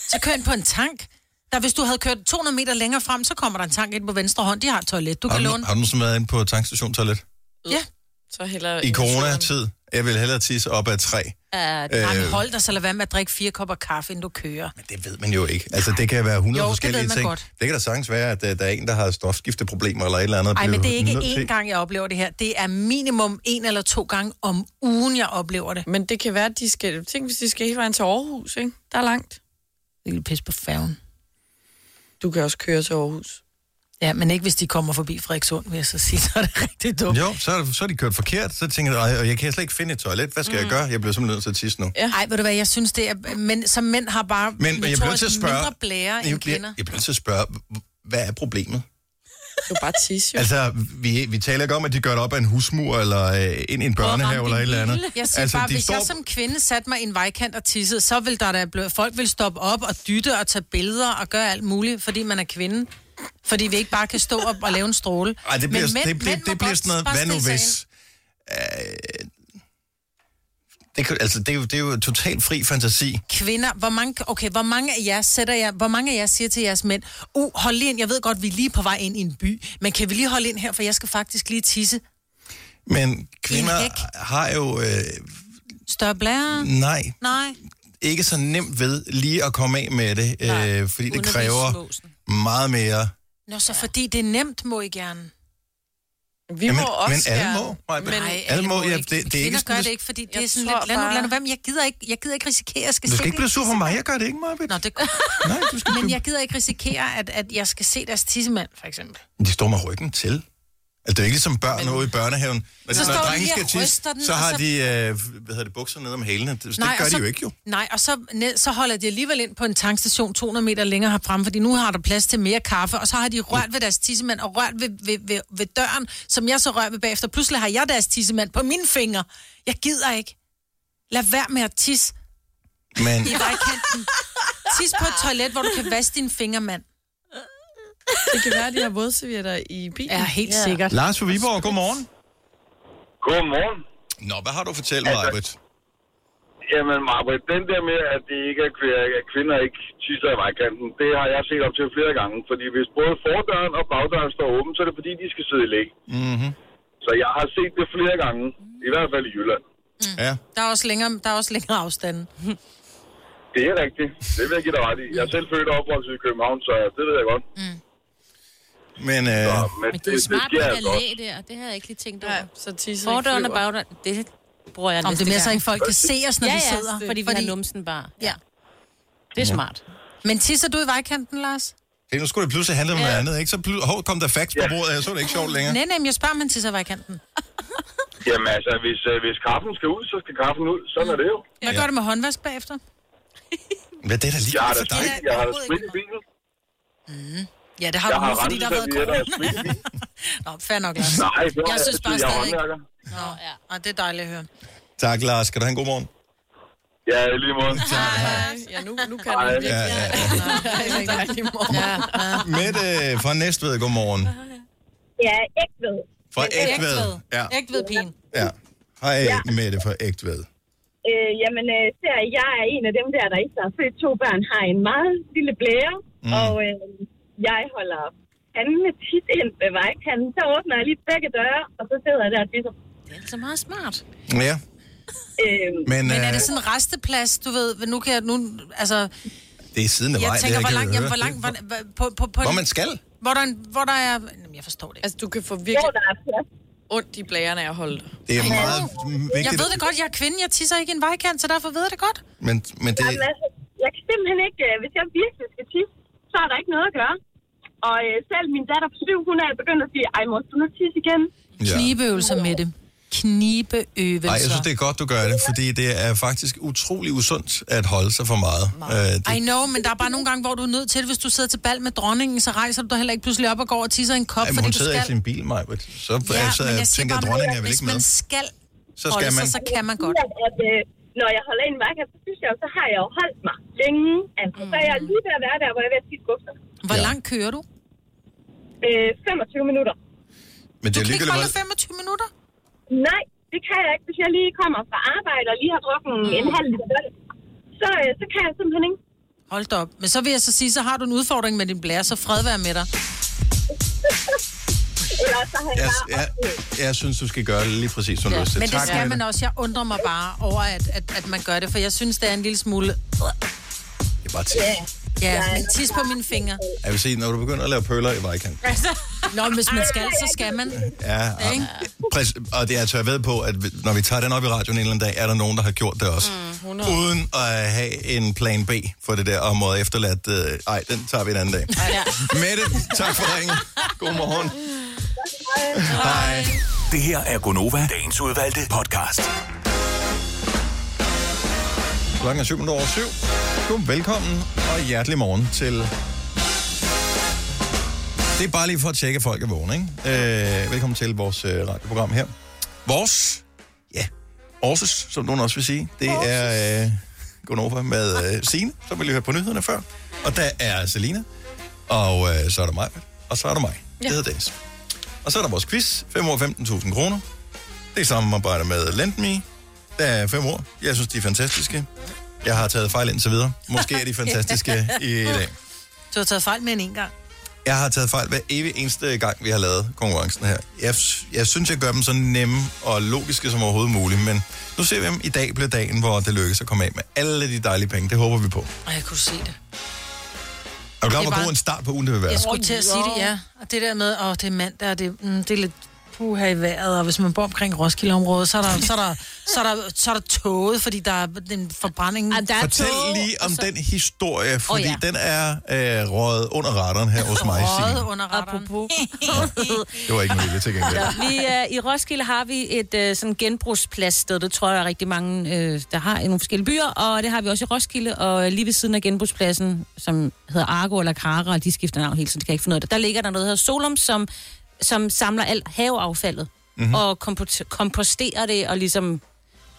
D: Så kør ind på en tank. Der, hvis du havde kørt 200 meter længere frem, så kommer der en tank ind på venstre hånd. De har et toilet. Du
A: har,
D: kan
A: du,
D: låne.
A: har du nogensinde været inde på tankstationtoilet?
D: Ja.
B: Så heller
A: I coronatid, jeg vil hellere tisse op ad træ.
D: Øh... Ej, men hold dig så lad være med at drikke fire kopper kaffe, inden du kører.
A: Men det ved man jo ikke. Altså, det kan være 100
D: Jo,
A: jo,
D: det
A: forskellige
D: ved man
A: ting.
D: godt.
A: Det kan da sagtens være, at øh, der er en, der har stofskifteproblemer eller et eller andet. og
D: Nej,
A: bliver
D: men det er ikke
A: nødt til-
D: én gang, jeg oplever det her. Det er minimum en eller to gange om ugen, jeg oplever det.
B: Men det kan være, at de skal... Tænk, hvis de skal hele vejen til [laughs] Aarhus, ikke? Der er langt.
D: Det er pisse på færgen.
B: Du kan også køre til Aarhus.
D: Ja, men ikke hvis de kommer forbi Frederikssund, vil jeg så sige, så [laughs] er det rigtig dumt.
A: Jo, så, er det- så er de kørt forkert. Så tænker jeg, "Ej, og jeg kan slet ikke finde et toilet. Hvad skal mm. jeg gøre? Jeg bliver simpelthen nødt til at tisse nu.
D: Nej, ved du hvad, jeg synes det er... Men som mænd har bare
A: Men, men jeg bliver nødt til at
D: notorisk
A: spørge...
D: mindre blære
A: jeg,
D: end
A: bliver,
D: kvinder.
A: jeg bliver nødt til at spørge, h- hvad er problemet?
B: Du kan bare tisse, jo.
A: Altså, vi, vi taler ikke om, at de gør det op af en husmur, eller øh, ind i en børnehave, eller et eller andet.
D: Jeg siger
A: altså,
D: altså, bare,
A: de
D: hvis
A: står...
D: står... jeg som kvinde satte mig i en vejkant og tissede, så vil der da blive, folk vil stoppe op og dytte og tage billeder og gøre alt muligt, fordi man er kvinde. Fordi vi ikke bare kan stå op og lave en stråle.
A: Ej, det bliver, det, det,
D: mænd
A: det,
D: må
A: bliver
D: godt
A: sådan noget,
D: bare
A: hvad nu
D: stille sig
A: hvis... Øh, det, kan, altså, det, er jo, det er jo totalt fri fantasi.
D: ind. Kvinder, hvor mange, okay, hvor mange af jer sætter jer, hvor mange af jer siger til jeres mænd, uh, hold lige ind, jeg ved godt, vi er lige på vej ind i en by, men kan vi lige holde ind her, for jeg skal faktisk lige tisse.
A: Men
D: hæk.
A: kvinder har jo... Øh,
D: Større blære?
A: nej,
D: Nej.
A: ikke så nemt ved lige at komme af med det, øh, fordi det
C: uden at
A: kræver
C: vise måsen.
A: meget mere
D: Nå, så fordi det er nemt, må I gerne.
B: Vi
A: Jamen,
B: må også
A: men alle
B: gerne.
A: må. Nej, men-
B: Men,
A: Alle må, ja, det, det er ikke
D: Kvinder
A: sådan,
D: gør
A: du-
D: det ikke, fordi det
B: Jeg
D: er sådan
B: tror
D: lidt... Lad nu,
B: bare-
D: lad nu være, men jeg gider ikke, jeg gider ikke risikere, jeg skal
A: Du
D: se
A: skal ikke
D: det.
A: blive sur på mig, jeg gør det ikke, Marbet.
D: Nå, det gør...
A: Nej, du skal
D: Men
A: blive...
D: jeg gider ikke risikere, at, at jeg skal se deres tissemand, for eksempel.
A: De står med ryggen til. Altså, det er ikke ligesom børn ude i børnehaven. Når,
D: Så
A: de- når
D: står de
A: drenge
D: lige og
A: skal tisse,
D: ryster den,
A: så
D: og
A: har
D: så-
A: de øh, hvad hedder det, bukser ned om hælene. Det, det
D: og
A: gør
D: så,
A: de jo ikke, jo.
D: Nej, og så, ned, så holder de alligevel ind på en tankstation 200 meter længere herfrem, fordi nu har der plads til mere kaffe, og så har de rørt ved deres tissemand og rørt ved, ved, ved, ved døren, som jeg så rører ved bagefter. Pludselig har jeg deres tissemand på mine fingre. Jeg gider ikke. Lad være med at tisse
A: Men
D: i vejkanten. Tis på et toilet, hvor du kan vaske dine fingre, mand.
B: Det kan være, de har vådservietter i bilen.
D: [laughs] Ja, helt Ja. sikkert.
A: Lars fra Viborg, godmorgen.
L: Godmorgen.
A: Nå, hvad har du fortalt mig,
L: Altså-
A: Albert?
L: Jamen, Marbrit, den der med, at det ikke er kvinder, at kvinder ikke tisser i vejkanten, det har jeg set op til flere gange. Fordi hvis både fordøren og bagdøren står åben, så er det fordi, de skal sidde i læg.
A: Mm-hmm.
L: Så jeg har set det flere gange, i hvert fald i Jylland.
A: Ja.
D: Der er også længere, der er også længere afstanden.
L: Det er rigtigt. Det vil jeg give dig ret i. Jeg er selv født og opvokset i København, så det ved jeg godt.
A: Men,
L: Men,
A: øh,
C: Det er smart med
L: sker
C: det
L: altså
C: der
L: også.
C: læ der. Det havde jeg ikke lige tænkt over. Ja,
B: så tisser
C: Fordøren og bagdøren, det [laughs] bruger jeg
D: Om
C: næste
D: det er mere
C: gang.
D: så, at folk kan se os, når
C: ja,
D: vi
C: ja,
D: sidder.
C: fordi vi
D: Fordi-
C: har numsen bare.
D: Ja.
C: Det er smart.
D: Men tisser du i vejkanten, Lars?
A: Det, nu skulle det pludselig handle om noget andet, ikke? Så plu- hov, kom der facts på bordet, jeg så det ikke sjovt længere.
D: Nej, nej, men jeg spørger, om man tisser i vejkanten.
L: Jamen altså, hvis, øh, hvis kaffen skal ud, så skal kaffen ud. Sådan er det jo.
D: Hvad gør du med håndvask bagefter?
A: Hvad er det, der lige
L: Jeg har da
A: for dig?
L: sprit, jeg har da sprit i bilen.
D: Ja, det har
L: Jeg
D: du nu,
L: har
D: fordi der har været
L: renseservietter og
D: corona. [laughs] Nå, fair nok, Lars.
L: Nej, det har
D: jeg
L: jeg
D: synes bare
L: altid. Jeg har
D: stadig.
L: håndværker.
D: Nå, ja. Nå, det er dejligt at høre.
A: Tak, Lars. Skal du have en god morgen?
L: Ja, i lige
A: [laughs]
L: måde.
B: Ja, nu, nu kan
L: Ej,
B: det virkelig.
A: Ja, ja. Mette fra Næstved, godmorgen.
M: Ja, ægved.
A: Fra Ægtved. Ja.
D: Ægvedpigen.
A: ja. Hej,
M: Ja.
A: Mette fra Ægtved.
M: Øh, jamen, øh, der, jeg er en af dem der, der ikke har født to børn, har en meget lille blære,
A: Mm.
M: mm. og øh, jeg holder panden tit ind ved vejkanten. Så åbner jeg lige begge døre, og så sidder jeg der og spiser.
C: Det er altså meget smart.
A: Ja.
M: Øhm,
A: Men,
D: Men er
A: øh,
D: det sådan en resteplads, du ved, nu kan jeg, nu, altså,
A: det er siden af
D: jeg
A: vej,
D: tænker,
A: det
D: hvor
A: her,
D: langt,
A: kan
D: jamen, hvor
A: jeg
D: langt,
A: høre.
D: hvor, hvor- på, på, på,
A: Hvor man skal.
D: Hvor der, en- hvor der er, jamen, jeg forstår det. ikke.
B: Altså, du kan få virkelig ondt i blærerne af at holde dig.
A: Det er meget
D: Jeg
A: vigtigt,
D: ved det godt, jeg er kvinde, jeg tisser ikke i en vejkant, så derfor ved jeg det godt.
A: men, men det,
M: Jamen, altså, jeg kan simpelthen ikke, øh, hvis jeg virkelig skal tisse, så er der ikke noget at gøre. Og øh, selv min datter på syv, hun er begyndt at sige, ej mor, du nu tisse igen.
A: Ja.
D: Knibeøvelser med det. Knibeøvelser.
A: Nej, jeg synes, det er godt, du gør det, fordi det er faktisk utrolig usundt at holde sig for meget. Øh, det,
D: I know, men der er bare nogle gange, hvor du er nødt til det. Hvis du sidder til bal med dronningen, så rejser du dig heller ikke pludselig op og går og tisser i en kop,
A: Ej, men
D: fordi
A: hun
D: du
A: sidder i
D: skal...
A: sin bil, Maja. Så ja, altså,
D: men
A: jeg
D: siger
A: tænker, at
D: bare,
A: dronningen er vel
D: hvis
A: ikke med.
D: man skal
A: Så skal
D: holde sig,
A: man.
D: så kan man godt.
M: At, at, øh, når jeg holder en vejkant, så synes jeg, jo, så har jeg jo holdt mig længe. Altså, så er jeg lige ved at være der, hvor jeg er ved at tisse bukser.
D: Mm. Hvor langt kører du?
M: Øh, 25 minutter.
A: Men det er
D: Kan ikke
A: alligevel
D: holde
A: meget...
D: 25 minutter?
M: Nej, det kan jeg ikke. Hvis jeg lige kommer fra arbejde og lige har drukket mm. en halv liter vand, så, øh, så kan jeg simpelthen ikke.
D: Hold da op. Men så vil jeg så sige, så har du en udfordring med din blære, så fred være med dig.
M: Eller så har jeg
A: Jeg,
M: bare...
A: jeg, jeg synes, du skal gøre det lige præcis, som du har lyst til.
D: Men det
A: Tak,
D: skal
A: Mette.
D: man også. Jeg undrer mig bare over, at, at, at man gør det, for jeg synes, det er en lille smule...
A: Det er bare tis.
D: Ja, men tis på mine fingre.
A: Jeg vil sige, når du begynder at lave pøller i vejkant.
D: Nå, men hvis man skal, så skal man.
A: Ja, og,
D: Ikke?
A: præs- og det er altså, jeg ved på, at vi- når vi tager den op i radioen en eller anden dag, er der nogen, der har gjort det også. Mm, Uden at have en plan B for det der område efterladt. Øh, ej, den tager vi en anden dag.
E: Ja.
A: Mette, tak for ringen. God morgen. Hej.
E: Det her er Gonova, dagens udvalgte podcast.
A: Klokken er 7 over 7. God velkommen og hjertelig morgen til... Det er bare lige for at tjekke, at folk er vågne, ikke? Øh, velkommen til vores øh, radioprogram her. Vores, ja, Aarhus, som nogen også vil sige, det er øh, Gonova med øh, Signe, som vi lige hørte på nyhederne før. Og der er Selina, og øh, så er der mig, og så er der mig. Det hedder Dennis. Og så er der vores quiz, 5 år 15.000 kroner. Det er samarbejde med LendMe. Der er fem år. Jeg synes, de er fantastiske. Jeg har taget fejl indtil videre. Måske er de fantastiske i dag.
D: Du har taget fejl med en en gang.
A: Jeg har taget fejl hver evig eneste gang, vi har lavet konkurrencen her. Jeg, jeg synes, jeg gør dem så nemme og logiske som overhovedet muligt, men nu ser vi, om i dag bliver dagen, hvor det lykkes at komme af med alle de dejlige penge. Det håber vi på.
D: Og jeg kunne se det.
A: Er du klar,
D: Det er
A: hvor
D: bare-
A: god en start på ugen det vil være?
D: Jeg skulle til at sige det, ja. Og det der med, åh, det er mandag, og det, mm, det er lidt puha i vejret, og hvis man bor omkring Roskildeområdet, så er der, så er der, så er der, så er der tåget, fordi der er den forbrænding. Ja, der
A: Fortæl lige om den historie, fordi oh,
D: ja.
A: ja. den er øh, røget under radaren her hos mig. Signe.
D: under
C: radaren. Apropos.
A: Det var ikke en vilje til gengæld.
C: Ja, vi, øh, I Roskilde har vi et øh, sådan genbrugspladssted, det tror jeg er rigtig mange, øh, der har i nogle forskellige byer, og det har vi også i Roskilde, og øh, lige ved siden af genbrugspladsen, som hedder Argo eller Kara, og de skifter navn hele tiden, det kan jeg ikke finde ud af det, der ligger der noget, der hedder Solum, som, som samler alt haveaffaldet,
N: Mhm.
C: mm-hmm. og kompot- komposterer det, og ligesom,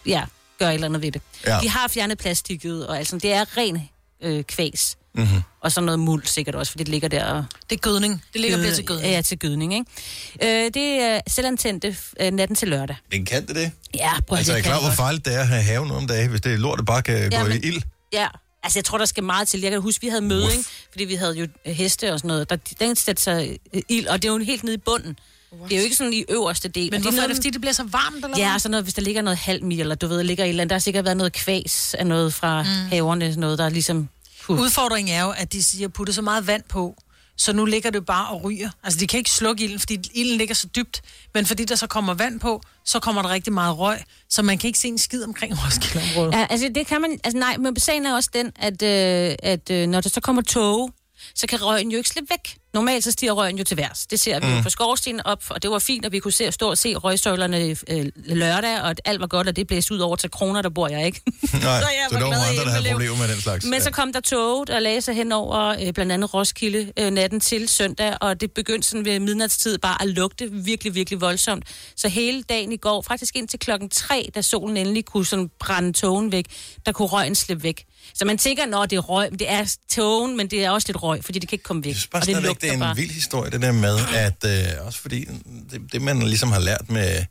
C: ja, gør et eller andet ved det.
N: Ja.
C: Ja. De har fjernet plastikket, og altså, det er ren øh, kvæs.
N: Mm-hmm.
C: Og så noget muld sikkert også, fordi det ligger der og...
D: Det er gødning. Det ligger og bliver til gødning.
C: Ja, til gødning, ikke? Øh, det er selvantændte øh, natten til lørdag.
A: Den kan det det?
C: Ja, prøv at
A: Altså,
C: det
A: jeg er
C: kan
A: klar, hvor
C: godt.
A: farligt det er at have haven om dage, hvis det er lort, der bare kan
C: Ja,
A: gå i
C: men-
A: ild. [laughs]
C: Ja, altså jeg tror, der skal meget til. Jeg kan huske, vi havde møde, ikke? fordi vi havde jo heste og sådan noget. Der, den satte sig øh, ild, og det er jo helt nede i bunden. What? Det er jo ikke sådan i øverste del.
D: Men
C: Og
D: hvorfor er
C: noget-
D: det, fordi det bliver så varmt? Eller
C: Ja,
D: hvad?
C: sådan noget, hvis der ligger noget halm i, eller du ved, ligger et eller andet. Der har sikkert været noget kvæs af noget fra mm. haverne, noget, der er ligesom... Puh.
D: Udfordringen er jo, at de siger, putte så meget vand på, så nu ligger det bare og ryger. Altså, de kan ikke slukke ilden, fordi ilden ligger så dybt. Men fordi der så kommer vand på, så kommer der rigtig meget røg, så man kan ikke se en skid omkring [laughs] Roskildeområdet.
C: Ja, altså det kan man... Altså nej, men sagen er også den, at, øh, at øh, når der så kommer tog, så kan røgen jo ikke slippe væk. Normalt så stiger røgen jo til værs. Det ser vi mm.
N: Mm.
C: på skorstenen op, og det var fint, at vi kunne se, stå og se røgsøjlerne øh, lørdag, og at alt var godt, og det blæste ud over til kroner, der bor jeg ikke.
A: Nej,
C: jeg
A: så
C: var
A: der var
C: glad,
A: nogle
C: jeg
A: andre, der havde
C: overlevede.
A: problemer med den slags.
C: Men så
A: Ja.
C: kom der tog, der lagde sig hen over øh, blandt andet Roskilde øh, natten til søndag, og det begyndte sådan ved midnatstid bare at lugte virkelig, virkelig voldsomt. Så hele dagen i går, faktisk indtil klokken 3, da solen endelig kunne sådan brænde togen væk, der kunne røgen slippe væk. Så man tænker, når det er røg, men det er togen, men det er også lidt røg, fordi det kan ikke komme væk.
A: bare
C: det
A: stadigvæk, det er en bare. vild historie, det der med, at øh, også fordi det, det, man ligesom har lært med,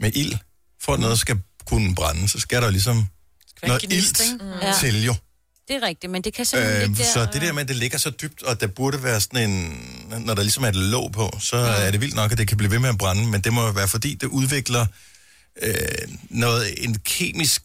A: med ild, for at noget skal kunne brænde, så skal der jo ligesom noget ilt
C: Ja,
A: til jo.
C: det er rigtigt, men det kan simpelthen øh,
A: Øh,
C: ikke der.
A: så det der med, at det ligger så dybt, og der burde være sådan en... Når der ligesom er et låg på, så er det vildt nok, at det kan blive ved med at brænde, men det må jo være, fordi det udvikler øh, noget, en kemisk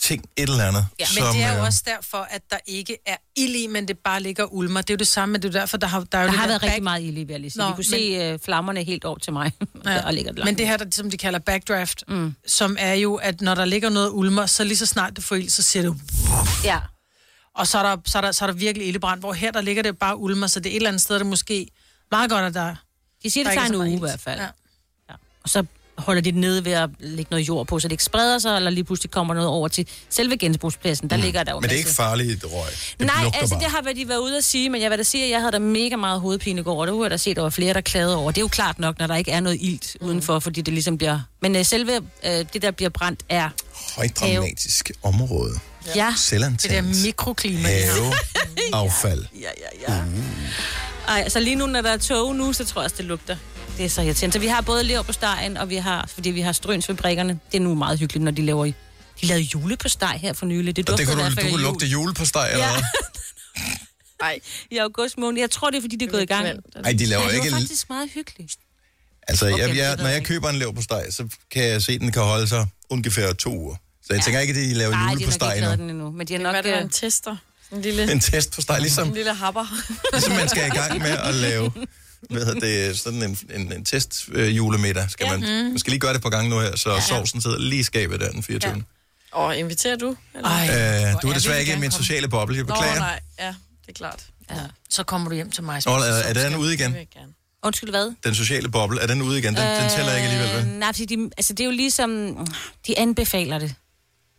A: ting, et eller andet.
D: Ja, men det er jo
A: øh,
D: også derfor, at der ikke er ild i, men det bare ligger og ulmer. Det er jo det samme, men det er jo derfor, der har, der er jo
C: Der
D: det
C: har
D: der
C: været
D: back-
C: rigtig meget ild i, vil jeg lige sige.
D: Nå,
C: Vi kunne se øh, flammerne helt over til mig, [laughs] ja. og ligger det langt
D: Men det her, der, som de kalder backdraft, mm. som er jo, at når der ligger noget og ulmer, så lige så snart det får ild, så siger det...
C: Ja.
D: Og så er, der, så, er der, så er der virkelig ildebrand, hvor her der ligger det bare og ulmer, så det er et eller andet sted, der måske meget godt, at der...
C: De siger, det
D: der ikke
C: tager
D: er så
C: en
D: meget
C: uge i
D: ilt.
C: hvert fald. og så holder de det nede ved at lægge noget jord på, så det ikke spreder sig, eller lige pludselig kommer noget over til selve genbrugspladsen. Der mm. ligger der jo
A: Men det er
C: en
A: ikke
C: masse-
A: farligt røg. Det
C: Nej,
A: lugter
C: altså
A: bare.
C: det har været, de været ude at sige, men jeg vil da sige, at jeg havde da mega meget hovedpine i går, og det kunne jeg da se, at der var flere, der klagede over. Det er jo klart nok, når der ikke er noget ilt udenfor, fordi det ligesom bliver... Men øh, selve øh, det, der bliver brændt, er...
A: Højdramatisk område.
C: Ja,
A: Selvantændt.
C: det der mikroklima.
A: Have, affald.
C: Ja, ja, ja. Ej, altså lige nu, når der er tog nu, så tror jeg også, det lugter. Det er så irriterende. Så vi har både lever på stegen, og vi har, fordi vi har strøns ved brikkerne. Det er nu meget hyggeligt, når de laver i. De lavede jule på steg her for nylig. Det,
A: Og
C: dufter
A: det kunne
C: i hvert
A: du,
C: fald
A: du
C: af
A: kunne
C: jul.
A: lugte jule på steg, eller
C: Ja.
A: hvad?
C: Nej, i august måned. Jeg tror, det er, fordi det er gået i gang.
A: Ej, de laver
C: ja,
A: ikke-
C: Det var faktisk meget hyggeligt.
A: Altså,
C: Okay,
A: jeg,
C: det ved
A: jeg, når
C: jeg
A: jeg køber en leverpostej, så kan jeg se, at den kan holde sig ungefær to uger. Så jeg tænker ikke, at de laver
C: Nej, de har nok
A: julepostej
C: ikke lavet
A: endnu.
C: den endnu. Men de har nok... øh,
B: Hvad er det, en tester? En lille,
A: En test for steg,
B: en
C: [laughs]
A: ligesom,
B: lille happer.
A: ligesom man skal i gang med at lave hvad hedder det, sådan en, en, en test øh, julemiddag. Skal man,
B: Mhm.
A: man skal lige gøre det på gang nu her, så sovsen sidder lige i skabet der den 24. Ja.
B: Og inviterer du? Eller?
A: Øh,
D: hvor
A: du er
D: jeg
A: desværre
D: vil
A: ikke i
D: gerne
A: min
D: komme.
A: sociale boble, jeg
D: Nå,
A: beklager.
D: nej, ja, det er klart. Ja. Så kommer du hjem til mig.
A: Nå, er- er den ude igen?
C: Undskyld, hvad? Øh,
A: Den sociale boble, er den ude igen? Den, den tæller ikke alligevel, vel?
C: Nej, fordi de, altså, det er jo ligesom... De anbefaler det.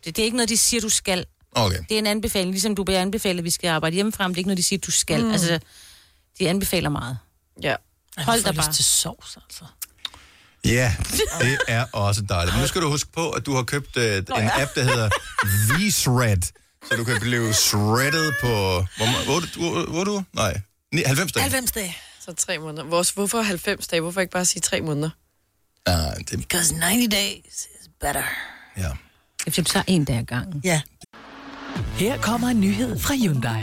C: det. Det er ikke noget, de siger, du skal.
A: Okay.
C: Det er en anbefaling, ligesom du bliver anbefalet, at vi skal arbejde hjemmefra, men det er ikke noget, de siger, du skal.
D: Mm.
C: Mm. Altså, de anbefaler meget.
B: Ja.
C: Hold
D: får
C: dig bare.
D: lyst til sovs, altså.
A: Ja, det er også dejligt. Men nu skal du huske på, at du har købt øh, en
D: ja.
A: app, der hedder V-Shred, så du kan blive shredded på... Hvor, ma- hvor, hvor, hvor du? Nej, ni- 90 dage.
D: 90 dage.
B: Så tre måneder. Hvor, hvorfor 90 dage? Hvorfor ikke bare sige tre måneder?
A: Nej, det,
D: Because 90 days is better.
A: Ja.
C: Hvis du tager en dag ad gangen.
D: Ja.
O: Her kommer en nyhed fra Hyundai.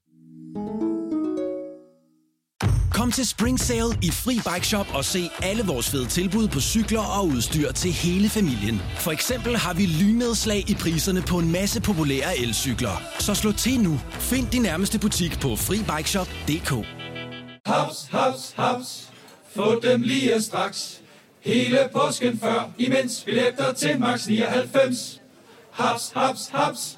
N: Kom til Spring Sale i Fri Bike Shop og se alle vores fede tilbud på cykler og udstyr til hele familien. For eksempel har vi lynedslag i priserne på en masse populære elcykler. Så slå til nu. Find din nærmeste butik på FriBikeShop.dk
P: Haps, haps, haps. Få dem lige straks. Hele påsken før, imens billetter til max 99. Haps, haps, haps.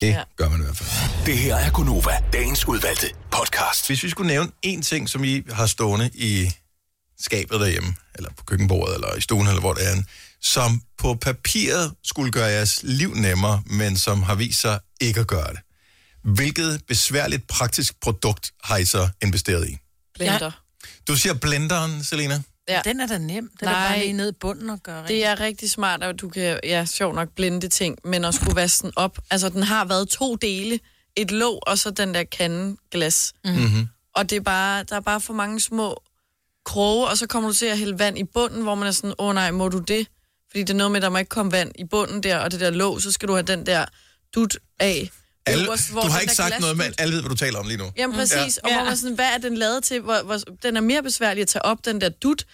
A: Det gør man i hvert fald.
E: Det her er Gunova, dagens udvalgte podcast.
A: Hvis vi skulle nævne én ting, som I har stående i skabet derhjemme, eller på køkkenbordet, eller i stuen, eller hvor det er, henne, som på papiret skulle gøre jeres liv nemmere, men som har vist sig ikke at gøre det. Hvilket besværligt praktisk produkt har I så investeret i?
B: Blender.
A: Du siger blenderen, Selina.
B: Ja.
D: Den er da nem. Den
B: Nej.
D: er bare lige ned i bunden og gøre
B: Det er rigtig smart, at du kan, ja, sjov nok, blinde ting, men også kunne vaske den op. Altså, den har været to dele. Et låg, og så den der kande glas.
A: Mhm.
B: Og det er bare, der er bare for mange små kroge, og så kommer du til at hælde vand i bunden, hvor man er sådan, åh oh, nej, må du det? Fordi det er noget med, at der må ikke komme vand i bunden der, og det der låg, så skal du have den der dut af.
A: Alle,
B: øverst, hvor
A: du har
B: den
A: ikke
B: der
A: sagt
B: glas-
A: noget, men alle ved, hvad du taler om lige nu. Mm.
B: Jamen præcis, ja. og hvor man er sådan, hvad er den lavet til? Hvor, hvor, den er mere besværlig at tage op, den der dut,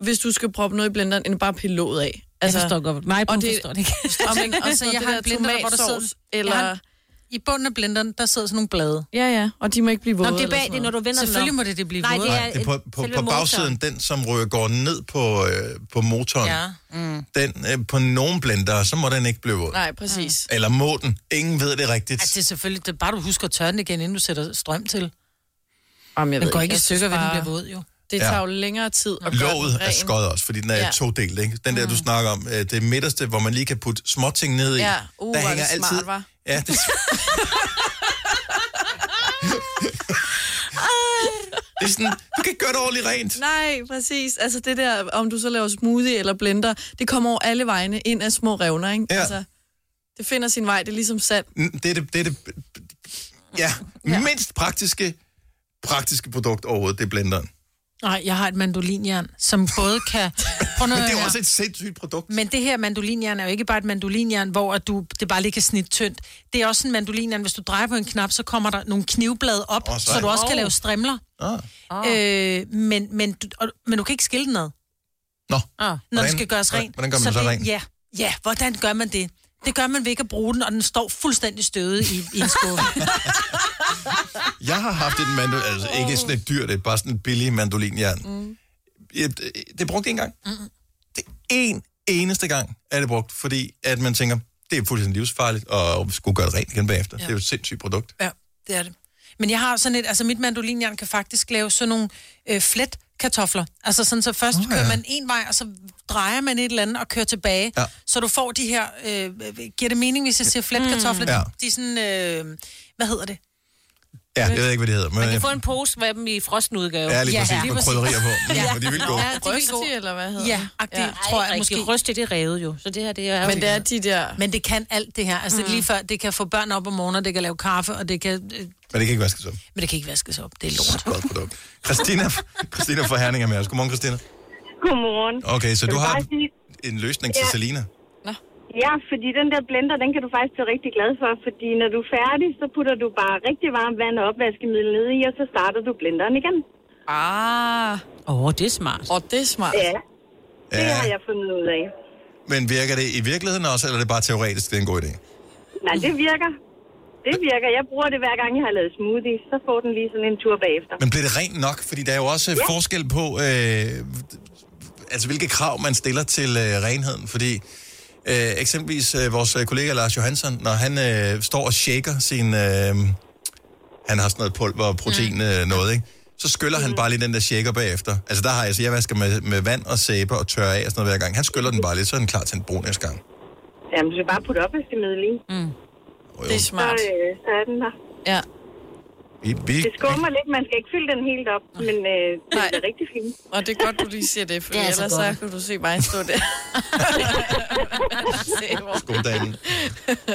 B: hvis du skal proppe noget i blenderen, end bare pille låget af. Altså,
C: forstår godt. Mig, hun
B: [laughs]
C: forstår det ikke.
B: Og, men, og så jeg har en blender, hvor der sidder... Eller...
D: Jeg har en- I bunden af blenderen, der sidder sådan nogle blade.
B: Ja, ja, og de må ikke blive våde.
D: Nå, det er
B: eller
D: bag
B: sådan
D: det, når du
B: noget.
D: vender den Selvfølgelig om. må det- det blive Nej, våde.
A: Nej, det er på, på, på bagsiden, den som rører, går ned på, øh, på motoren, ja.
B: Mm.
A: den øh, på nogen blender, så må den ikke blive våd.
B: Nej, præcis.
A: Eller må den. Ingen ved det rigtigt.
D: Ja, det er selvfølgelig, det er bare du husker at tørre den igen, inden du sætter strøm til.
B: Jamen, jeg
D: den
B: ved
D: går
B: ikke,
D: ikke i
B: jeg
D: stykker,
B: synes
D: ved den
B: bare-
D: bliver våd jo.
B: Det
A: Ja.
B: tager jo længere tid at gøre
A: Låget
B: den
A: er
B: ren.
A: skåret også, fordi den er
B: Ja.
A: ja. todelt, ikke? Den der, du snakker om, øh, det midterste, hvor man lige kan putte småting ned i.
B: Ja, uh,
A: der
B: hvor er det
A: hænger
B: smart,
A: altid...
B: hva'?
A: Ja, det, det er sådan, du kan ikke gøre det ordentligt rent.
B: Nej, præcis. Altså det der, om du så laver smoothie eller blender, det kommer over alle vegne ind af små revner, ikke?
A: Ja.
B: Altså, det finder sin vej, det er ligesom sand.
A: Mm, Det er det, det, er det ja, ja, mindst praktiske, praktiske produkt overhovedet, det er blenderen.
D: Nej, jeg har et mandolinjern, som både
A: [laughs]
D: kan... Prøv nu
A: Men det
D: at
A: er jo
D: høre.
A: også et sindssygt produkt.
D: Men det her mandolinjern er jo ikke bare et mandolinjern, hvor at du, det bare lige kan snitte tyndt. Det er også en mandolinjern, hvis du drejer på en knap, så kommer der nogle knivblade op,
A: Åh,
D: oh,
A: sejt.
D: så du også kan
A: Åh.
D: lave strimler.
A: Ah.
D: Oh. Øh, men, men, du, og, men du kan ikke skille den ad.
A: Nå.
D: Ah. Når
A: Hvordan-
D: den skal gøres ren.
A: hvordan gør man så
D: det-
A: ren?
D: Ja, ja, hvordan gør man det? Det gør man ved ikke at bruge den, og den står fuldstændig støvet i, i en skuffe.
A: Jeg har haft et mandolin, altså ikke sådan et dyrt, det er bare sådan et billigt mandolinjern. Mm. Jeg, det- det brugte jeg ikke engang. Mm. Det en eneste gang er det brugt, fordi at man tænker, det er fuldstændig livsfarligt, og skulle gøre det rent igen bagefter. Ja. Det er jo et sindssygt produkt.
D: Ja, det er det. Men jeg har sådan et, altså mit mandolinjern kan faktisk lave sådan nogle øh, flet kartofler. Altså sådan, så først oh,
A: Nå,
D: ja. kører
A: ja.
D: man en vej, og så drejer man et eller andet og kører tilbage.
A: Ja.
D: Så du får de her, øh, giver det mening, hvis jeg siger flet kartofler?
A: Mm. Ja.
D: Ja. De er sådan, øh, hvad hedder det?
A: Ja, jeg ved ikke, hvad det hedder. Men,
C: Man kan få en pose med dem i frosten udgave.
A: øh, Ja, lige præcis, med krydderier på. [laughs] Ja, for de er vildt gode.
C: Ja,
B: Røsti, eller hvad hedder
D: Ja,
B: det?
D: agtig, tror jeg måske.
C: Røsti, det er revet jo, så det her, det er
D: Men det er
B: de der...
D: Men det kan alt det her. Altså mm. lige før, det kan få børn op om morgenen, og det kan lave kaffe, og det kan... Øh,
A: men det kan ikke vaskes op.
D: men det kan ikke vaskes op. Det er lort.
A: Godt produkt. Christina, Christina fra Herning er med os. Godmorgen, Christina.
M: Godmorgen.
A: Okay, så
M: Jeg
A: du
M: vil
A: har
M: bare sige-
A: en løsning til
M: Ja.
A: Selina.
M: Ja, fordi den der blender, den kan du faktisk blive rigtig glad for, fordi når du er færdig, så putter du bare rigtig varmt vand og opvaskemiddel ned i, og så starter du blenderen igen.
B: Ah.
C: Åh, oh, det er smart.
B: Og det er smart.
M: Ja, det har jeg fundet ud af.
A: Men virker det i virkeligheden også, eller er det bare teoretisk, det er en god idé?
M: Nej, det virker. Det virker. Jeg bruger det hver gang, jeg har lavet smoothie, så får den lige sådan en tur bagefter.
A: Men bliver det rent nok? Fordi der er jo også ja. forskel på, øh, altså hvilke krav man stiller til øh, renheden. Fordi øh, eksempelvis øh, vores øh, kollega Lars Johansson, når han øh, står og shaker sin, øh, han har sådan noget pulver og protein mm. øh, noget, ikke? så skyller han bare lige den der shaker bagefter. Altså der har jeg, så jeg vasker med, med vand og sæbe og tørrer af og sådan noget hver gang. Han skyller den bare lidt, så er den klar til en brun næste gang.
M: Jamen, du skal bare putte opvaskemiddel i. Mm.
A: Det
B: er smart.
M: Så, øh, så er den der.
B: Ja.
A: Bip, bip.
M: Det skummer lidt, man skal ikke fylde den helt op, men øh, det er rigtig fint.
B: Og det er godt, du lige siger det, for
M: Det er altså
B: ellers så
M: godt.
B: kan du se mig stå
A: [laughs]
B: der.
A: God dag.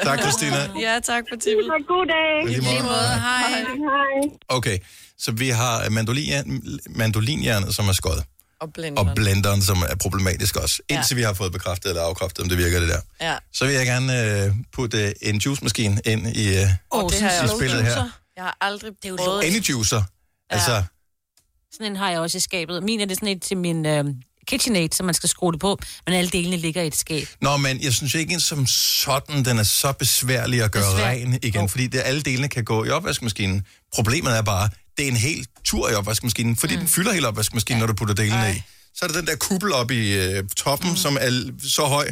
A: Tak, Christina.
B: ja, tak for tippet.
M: God dag.
A: I lige måde.
B: Hej.
M: Hej.
A: Okay, så vi har mandolin- mandolinjernet, som er skød.
B: Og blender.
A: Og blenderen, som er problematisk også.
B: Ja.
A: Indtil vi har fået bekræftet eller afkræftet, om det virker det der.
B: Ja.
A: Så vil jeg gerne øh, putte øh, en juicemaskine ind i, øh,
B: Og det har
A: i
B: jeg
A: spillet her.
B: Jeg har aldrig det
C: lort.
B: prøvet.
A: Any juicer. Altså,
C: Sådan en har jeg også i skabet. Min er det sådan et til min øh, KitchenAid, som man skal skrue det på, men alle delene ligger i et skab.
A: Nå, men jeg synes ikke som sådan, den er så besværlig at gøre
C: Besvær.
A: ren igen, fordi det, alle delene kan gå i opvaskemaskinen. Problemet er bare, det er en hel tur i opvaskemaskinen, fordi mm. den fylder hele opvaskemaskinen, ja. når du putter delene i. Så er der den der kuppel op i øh, toppen, mm. som er l- så høj,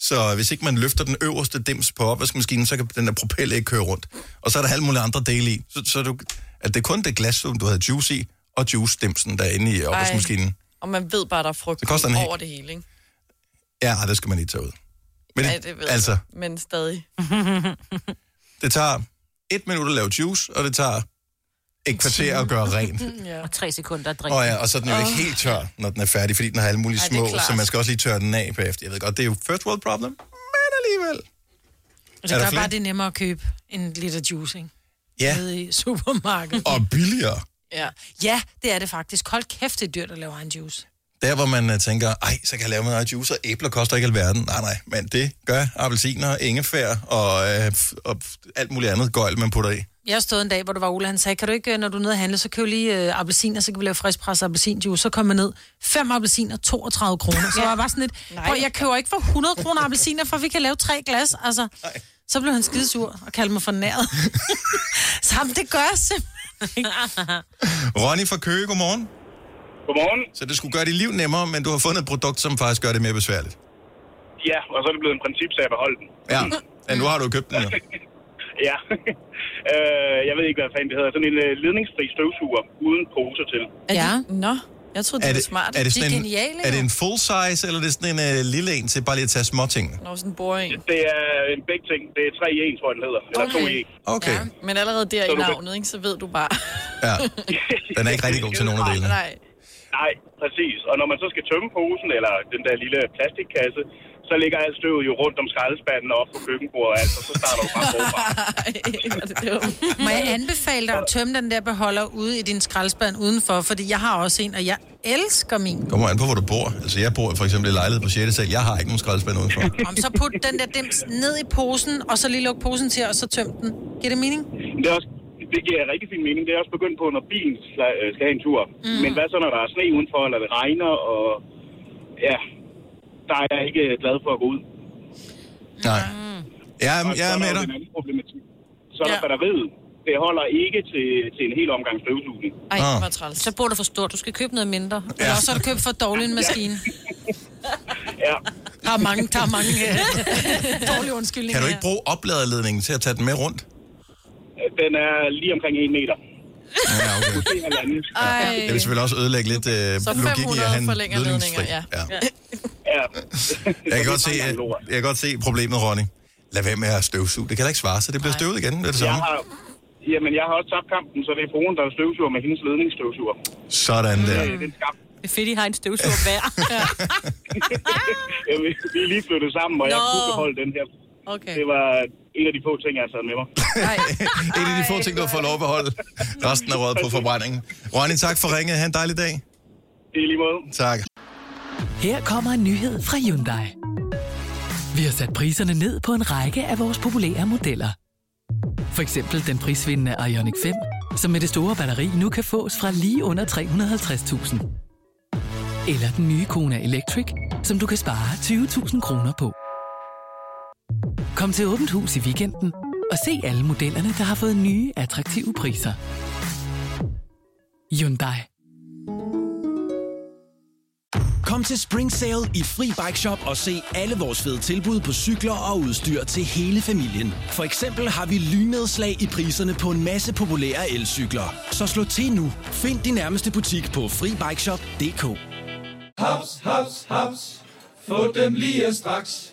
A: så hvis ikke man løfter den øverste dims på opvaskemaskinen, så kan den der propel ikke køre rundt. Og så er der alle mulige andre dele i. Så, så du, at det er kun det glas, som du havde juice i, og juice-dimsen derinde i opvaskemaskinen.
B: Og man ved bare, der er frugt
A: Det koster en hel-
B: over det hele, ikke?
A: Ja, ej, det skal man lige tage ud. Men
B: ja, det ved
A: altså,
B: jeg. Men [laughs] stadig.
A: Det tager et minut at lave juice, og det tager et kvarter at gøre
C: [laughs]
A: rent.
C: ja. Og tre sekunder at drikke.
A: Og, ja, og så er den jo ikke helt tør, når den er færdig, fordi den har alle mulige
C: Ej, det er
A: små,
C: klart.
A: så man skal også lige tørre den af bagefter. Jeg ved godt, det er jo first world problem. Men alligevel.
D: Det
A: Er der
D: gør
A: flere?
D: bare, det Altså, er nemmere at købe en liter
A: [laughs]
D: juice, ikke?
A: Ja.
D: Nede i supermarkedet.
A: Og billigere.
D: Ja. ja, det er det faktisk. Hold kæft, det er dyrt at lave egen juice.
A: Der, hvor man øh, tænker, ej, så kan jeg lave min egen juice, og æbler koster ikke alverden. Nej, nej, men det gør appelsiner, ingefær og, øh, f- og f- alt muligt andet gøjl, man putter i.
D: Jeg stod en dag, hvor der var Ole, han sagde, kan du ikke, øh, når du er nede og handle, så køb lige øh, appelsiner, så kan vi lave friskpresset appelsinjuice. Så kom jeg ned, fem appelsiner, 32 kroner. Så var jeg bare sådan lidt, "Prøv, jeg køber ikke for 100 kroner appelsiner, for vi kan lave tre glas. Altså, så blev han skidesur og kaldte mig for næret. [laughs] så jamen, det gør jeg simpelthen ikke.
A: Ronny fra Køge, godmorgen.
L: Godmorgen.
A: Så det skulle gøre dit liv nemmere, men du har fundet et produkt, som faktisk gør det mere besværligt.
L: Ja, og så er det blevet en principsag at beholde den.
A: Ja, men nu har du købt den jo.
L: Ja. [laughs] øh, jeg ved ikke, hvad fanden det hedder. Sådan en øh, ledningsfri støvsuger uden poser til.
B: Ja. Nå, jeg troede, det, var smart.
A: Er det, sådan
B: de er
A: en,
B: geniale,
A: er det
B: jo.
A: en full size, eller er det sådan en uh, lille en til bare lige at tage småtingene?
B: Nå, sådan en boring.
L: Det er øh, en begge ting. Det er 3 i 1, tror jeg, den hedder. Eller 2 i 1.
A: Okay.
B: Ja, men allerede der
L: Så
B: i
L: du kan-
B: navnet, ikke, så ved du bare. [laughs]
A: Ja. Den er ikke rigtig god til nogen af delene.
B: Nej.
L: Nej, præcis. Og når man så skal tømme posen, eller den der lille plastikkasse, så ligger alt støvet jo rundt om skraldespanden og op på køkkenbordet, og alt, og så starter du bare forfra.
D: Må jeg anbefale dig at tømme den der beholder ude i din skraldespand udenfor, fordi jeg har også en, og jeg elsker min.
A: Kommer an på, hvor du bor. Altså, jeg bor for eksempel i lejlighed på 6. sal. Jeg har ikke nogen skraldespand udenfor.
D: [laughs] Om så put den der dims ned i posen, og så lige luk posen til, og så tøm den. Giver det mening?
L: Men Det, er også, det giver rigtig fin mening. Det er også begyndt på, når bilen sla- øh, skal have en tur. Mm. Men hvad så, når der er sne udenfor, eller det regner, og ja, der er jeg ikke øh, glad for at gå ud.
A: Nej. Jeg er, jeg er med dig.
L: Så er der ja. batteriet. Det holder ikke til, til en hel omgang støvsugning.
C: Ej,
A: Ah.
C: hvor træls. Så bor du for stort. Du skal købe noget mindre. Ja.
D: Eller også har du købt for dårlig en maskine.
L: Ja.
D: Der er mange, der er mange
A: [laughs]
D: øh, dårlige undskyldninger.
A: Kan du ikke bruge opladerledningen til at tage den med rundt?
L: Øh, Den er lige omkring 1 meter.
A: Ja, okay.
L: Måske halvanden.
B: Øh.
A: Det vil selvfølgelig også ødelægge lidt øh,
L: Så
A: logikken i
L: 500
A: at have en
L: forlænger
A: ledningsfri.
L: ledninger,
A: Ja.
L: Ja.
A: Jeg, kan godt se, jeg, jeg kan godt se problemet, Ronny. Lad være med at støvsuge. Det kan da ikke svare sig. Det bliver støvet igen. Det er det
L: Jeg
A: samme.
L: har, jamen, jeg har også tabt kampen, så det er fruen, der støvsuger med hendes ledningsstøvsuger. Øh,
A: Sådan der.
L: Det er en skam.
C: Det er fedt, I har en støvsuger hver.
L: [laughs] Jamen, vi er lige flyttet sammen, og jeg
C: Nå.
L: kunne beholde den her.
C: Okay.
L: Det var en af de få ting, jeg har taget med mig.
A: En af de få ting, du har fået lov at beholde. Resten er råd på forbrændingen. Ronny, tak for ringet. Ha' en dejlig dag.
L: I lige måde.
A: Tak.
O: Her kommer en nyhed fra Hyundai. Vi har sat priserne ned på en række af vores populære modeller. For eksempel den prisvindende Ioniq 5, som med det store batteri nu kan fås fra lige under 350.000. Eller den nye Kona Electric, som du kan spare 20.000 kroner på. Kom til Åbent Hus i weekenden og se alle modellerne, der har fået nye, attraktive priser. Hyundai.
N: Kom til Spring Sale i Fri Bike Shop og se alle vores fede tilbud på cykler og udstyr til hele familien. For eksempel har vi lynedslag i priserne på en masse populære elcykler. Så slå til nu. Find din nærmeste butik på FriBikeShop.dk.
P: Haps, haps, haps. Få dem lige straks.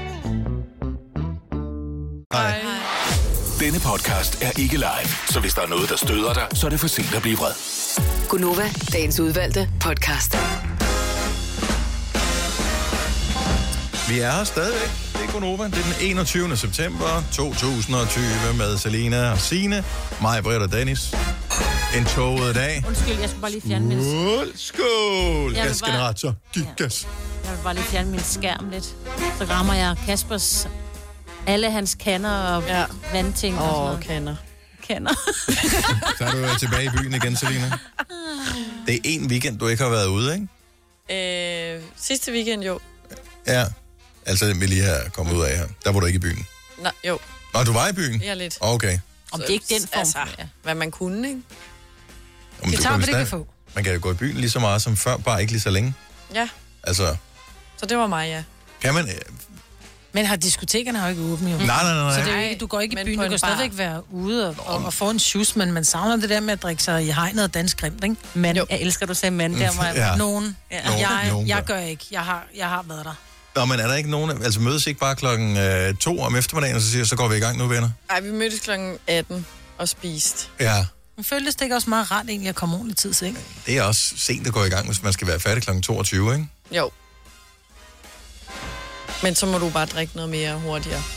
A: Nej.
E: Denne podcast er ikke live, så hvis der er noget, der støder dig, så er det for sent at blive vred.
Q: Gunova, dagens udvalgte podcast.
A: Vi er her stadigvæk. Det er Gunova. Det er den 21. september 2020 med Selina og Sine, mig, Britt og Dennis. En toget dag.
C: Undskyld, jeg skulle bare lige fjerne min...
A: Skål, skål.
C: Jeg vil bare,
A: Gasgenerator. Giv gas.
C: jeg vil bare lige fjerne min skærm lidt. Så rammer jeg Kaspers... Alle hans kander og ja. vandting og sådan noget.
B: kander.
C: Kander.
A: [laughs] Så er du øh, tilbage i byen igen, Selina. Det er en weekend, du ikke har været ude, ikke?
B: Øh, sidste weekend, jo.
A: Ja. Altså, den vi lige er kommet ud af her. Der var du ikke i byen.
B: Nej, jo.
A: Nå, du var i byen?
B: Ja, lidt.
A: Okay.
B: Om det er ikke den form. Altså, hvad man kunne, ikke?
A: Jamen,
B: Det
A: du
B: tager,
A: jo
B: hvad det kan
A: stadig-
B: få.
A: Man kan jo gå i byen lige så meget som før, bare ikke lige så længe.
B: Ja,
A: Altså,
B: så det var mig, ja.
A: kan man... øh,
D: Men har diskotekerne har jo ikke åbent, jo.
A: Nej, nej, nej, nej.
D: Så det er jo ikke, du går ikke i byen,
B: på
D: du
B: en
D: kan
B: bar.
D: stadigvæk være ude og, og, og få en shoes, men man savner det der med at drikke sig i hegnet og danse grimt, ikke?
C: Men jeg elsker, du sagde mand
D: der, mig.
A: Ja.
D: Nogen.
A: Ja.
D: Ja.
A: Nogen,
D: Jeg,
A: nogen
D: jeg
A: gør.
D: gør ikke. Jeg har, jeg har været der.
A: Nå, men er der ikke nogen... Altså, mødes ikke bare klokken øh, to om eftermiddagen, og så siger så går vi i gang nu, venner?
B: Ej, vi mødtes kl. 18 og spiste.
A: Ja.
D: Men føltes det ikke også meget rart egentlig at komme ordentligt tid til, ikke?
A: Det er også sent at gå i gang, hvis man skal være færdig kl. 22, ikke?
B: Jo. Men så må du bare drikke noget mere hurtigere.
A: [laughs]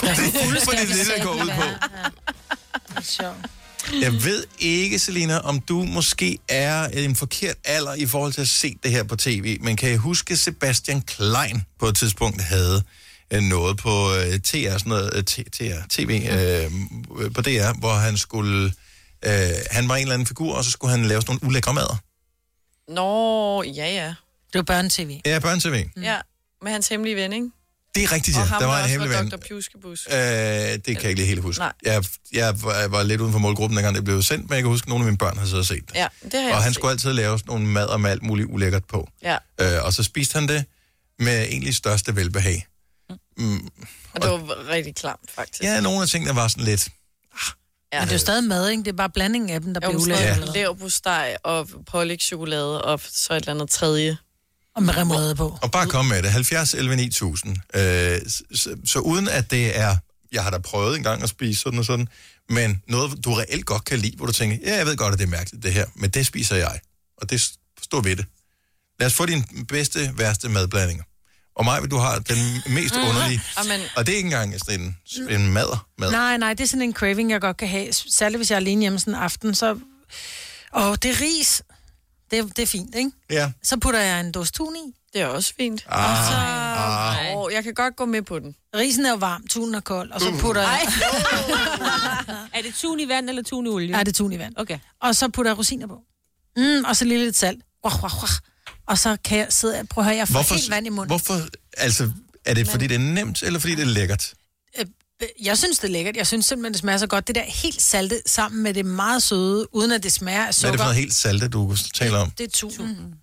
B: [laughs]
A: Fordi det er det, der går ud på.
D: Sjovt.
A: Jeg ved ikke, Selina, om du måske er en forkert alder i forhold til at se det her på tv, men kan jeg huske, Sebastian Klein på et tidspunkt havde øh, noget på øh, TR, sådan noget, øh, T- TR, TV, øh, på DR, hvor han skulle... Øh, han var en eller anden figur, og så skulle han lave sådan nogle ulækre mader.
B: Nå, ja, ja.
D: Det var børnetv.
A: Ja, børne-tv.
B: Ja, med hans hemmelige ven, ikke?
A: Det er rigtigt, ja.
B: Og ham,
A: Der var
B: der
A: en
B: også
A: hemmelig
B: var
A: ven.
B: Dr. Pjuskebus.
A: Øh, det kan jeg ikke lige helt huske.
B: Nej.
A: Jeg, jeg, var, jeg var lidt uden for målgruppen, dengang det blev sendt, men jeg kan huske, at nogle af mine børn har siddet og set det.
B: Ja, det har jeg
A: Og han
B: set.
A: skulle altid lave sådan nogle mad med alt muligt ulækkert på.
B: Ja,
A: Øh, og så spiste han det med egentlig største velbehag. Mm.
B: og det var rigtig klamt, faktisk.
A: Ja, nogle af tingene var sådan lidt...
D: Men det er jo stadig mad, ikke? Det er bare blandingen af dem, der
B: Jeg
D: bliver
B: blev
D: ulækkert.
B: lavet ja. på steg og pålæg chokolade og så et eller andet tredje.
D: Og med remoulade på.
A: Og bare kom med det. 70, 11, 9000. Øh, så, så, så uden at det er... Jeg har da prøvet en gang at spise sådan og sådan, men noget, du reelt godt kan lide, hvor du tænker, ja, jeg ved godt, at det er mærkeligt, det her, men det spiser jeg, og det står ved det. Lad os få dine bedste, værste madblandinger. Og mig, du har den mest
B: Mhm.
A: underlige.
D: Amen.
A: Og det er ikke engang sådan en, en mader. Mad.
D: Nej, nej, det er sådan en craving, jeg godt kan have. S- Særligt, hvis jeg er alene hjemme sådan en aften, så... Åh, det er ris. Det, er- det er fint, ikke?
A: Ja.
D: Så putter jeg en dåse tun i.
B: Det er også fint.
A: Ah,
D: og så...
A: ah.
B: Åh, jeg kan godt gå med på den.
D: Risen er jo varm, tunen er kold, og så
A: Uh.
D: putter jeg...
C: [laughs] er det tun i vand eller tun i olie?
D: Ja, det er tun i vand.
C: Okay.
D: Og så putter jeg rosiner på. Mm, og så lige lidt salt. Wah, wah, wah. Og så kan jeg sidde... Prøv at høre, jeg får
A: Hvorfor,
D: helt vand i munden.
A: hvorfor, altså, er det fordi, det er nemt, eller fordi det er lækkert?
D: Øh, Jeg synes, det er lækkert. Jeg synes simpelthen, det smager så godt. Det der helt salte sammen med det meget søde, uden at det smager af
A: Hvad er
D: sukker.
A: det for noget helt salte, du taler om?
D: Det er tunen.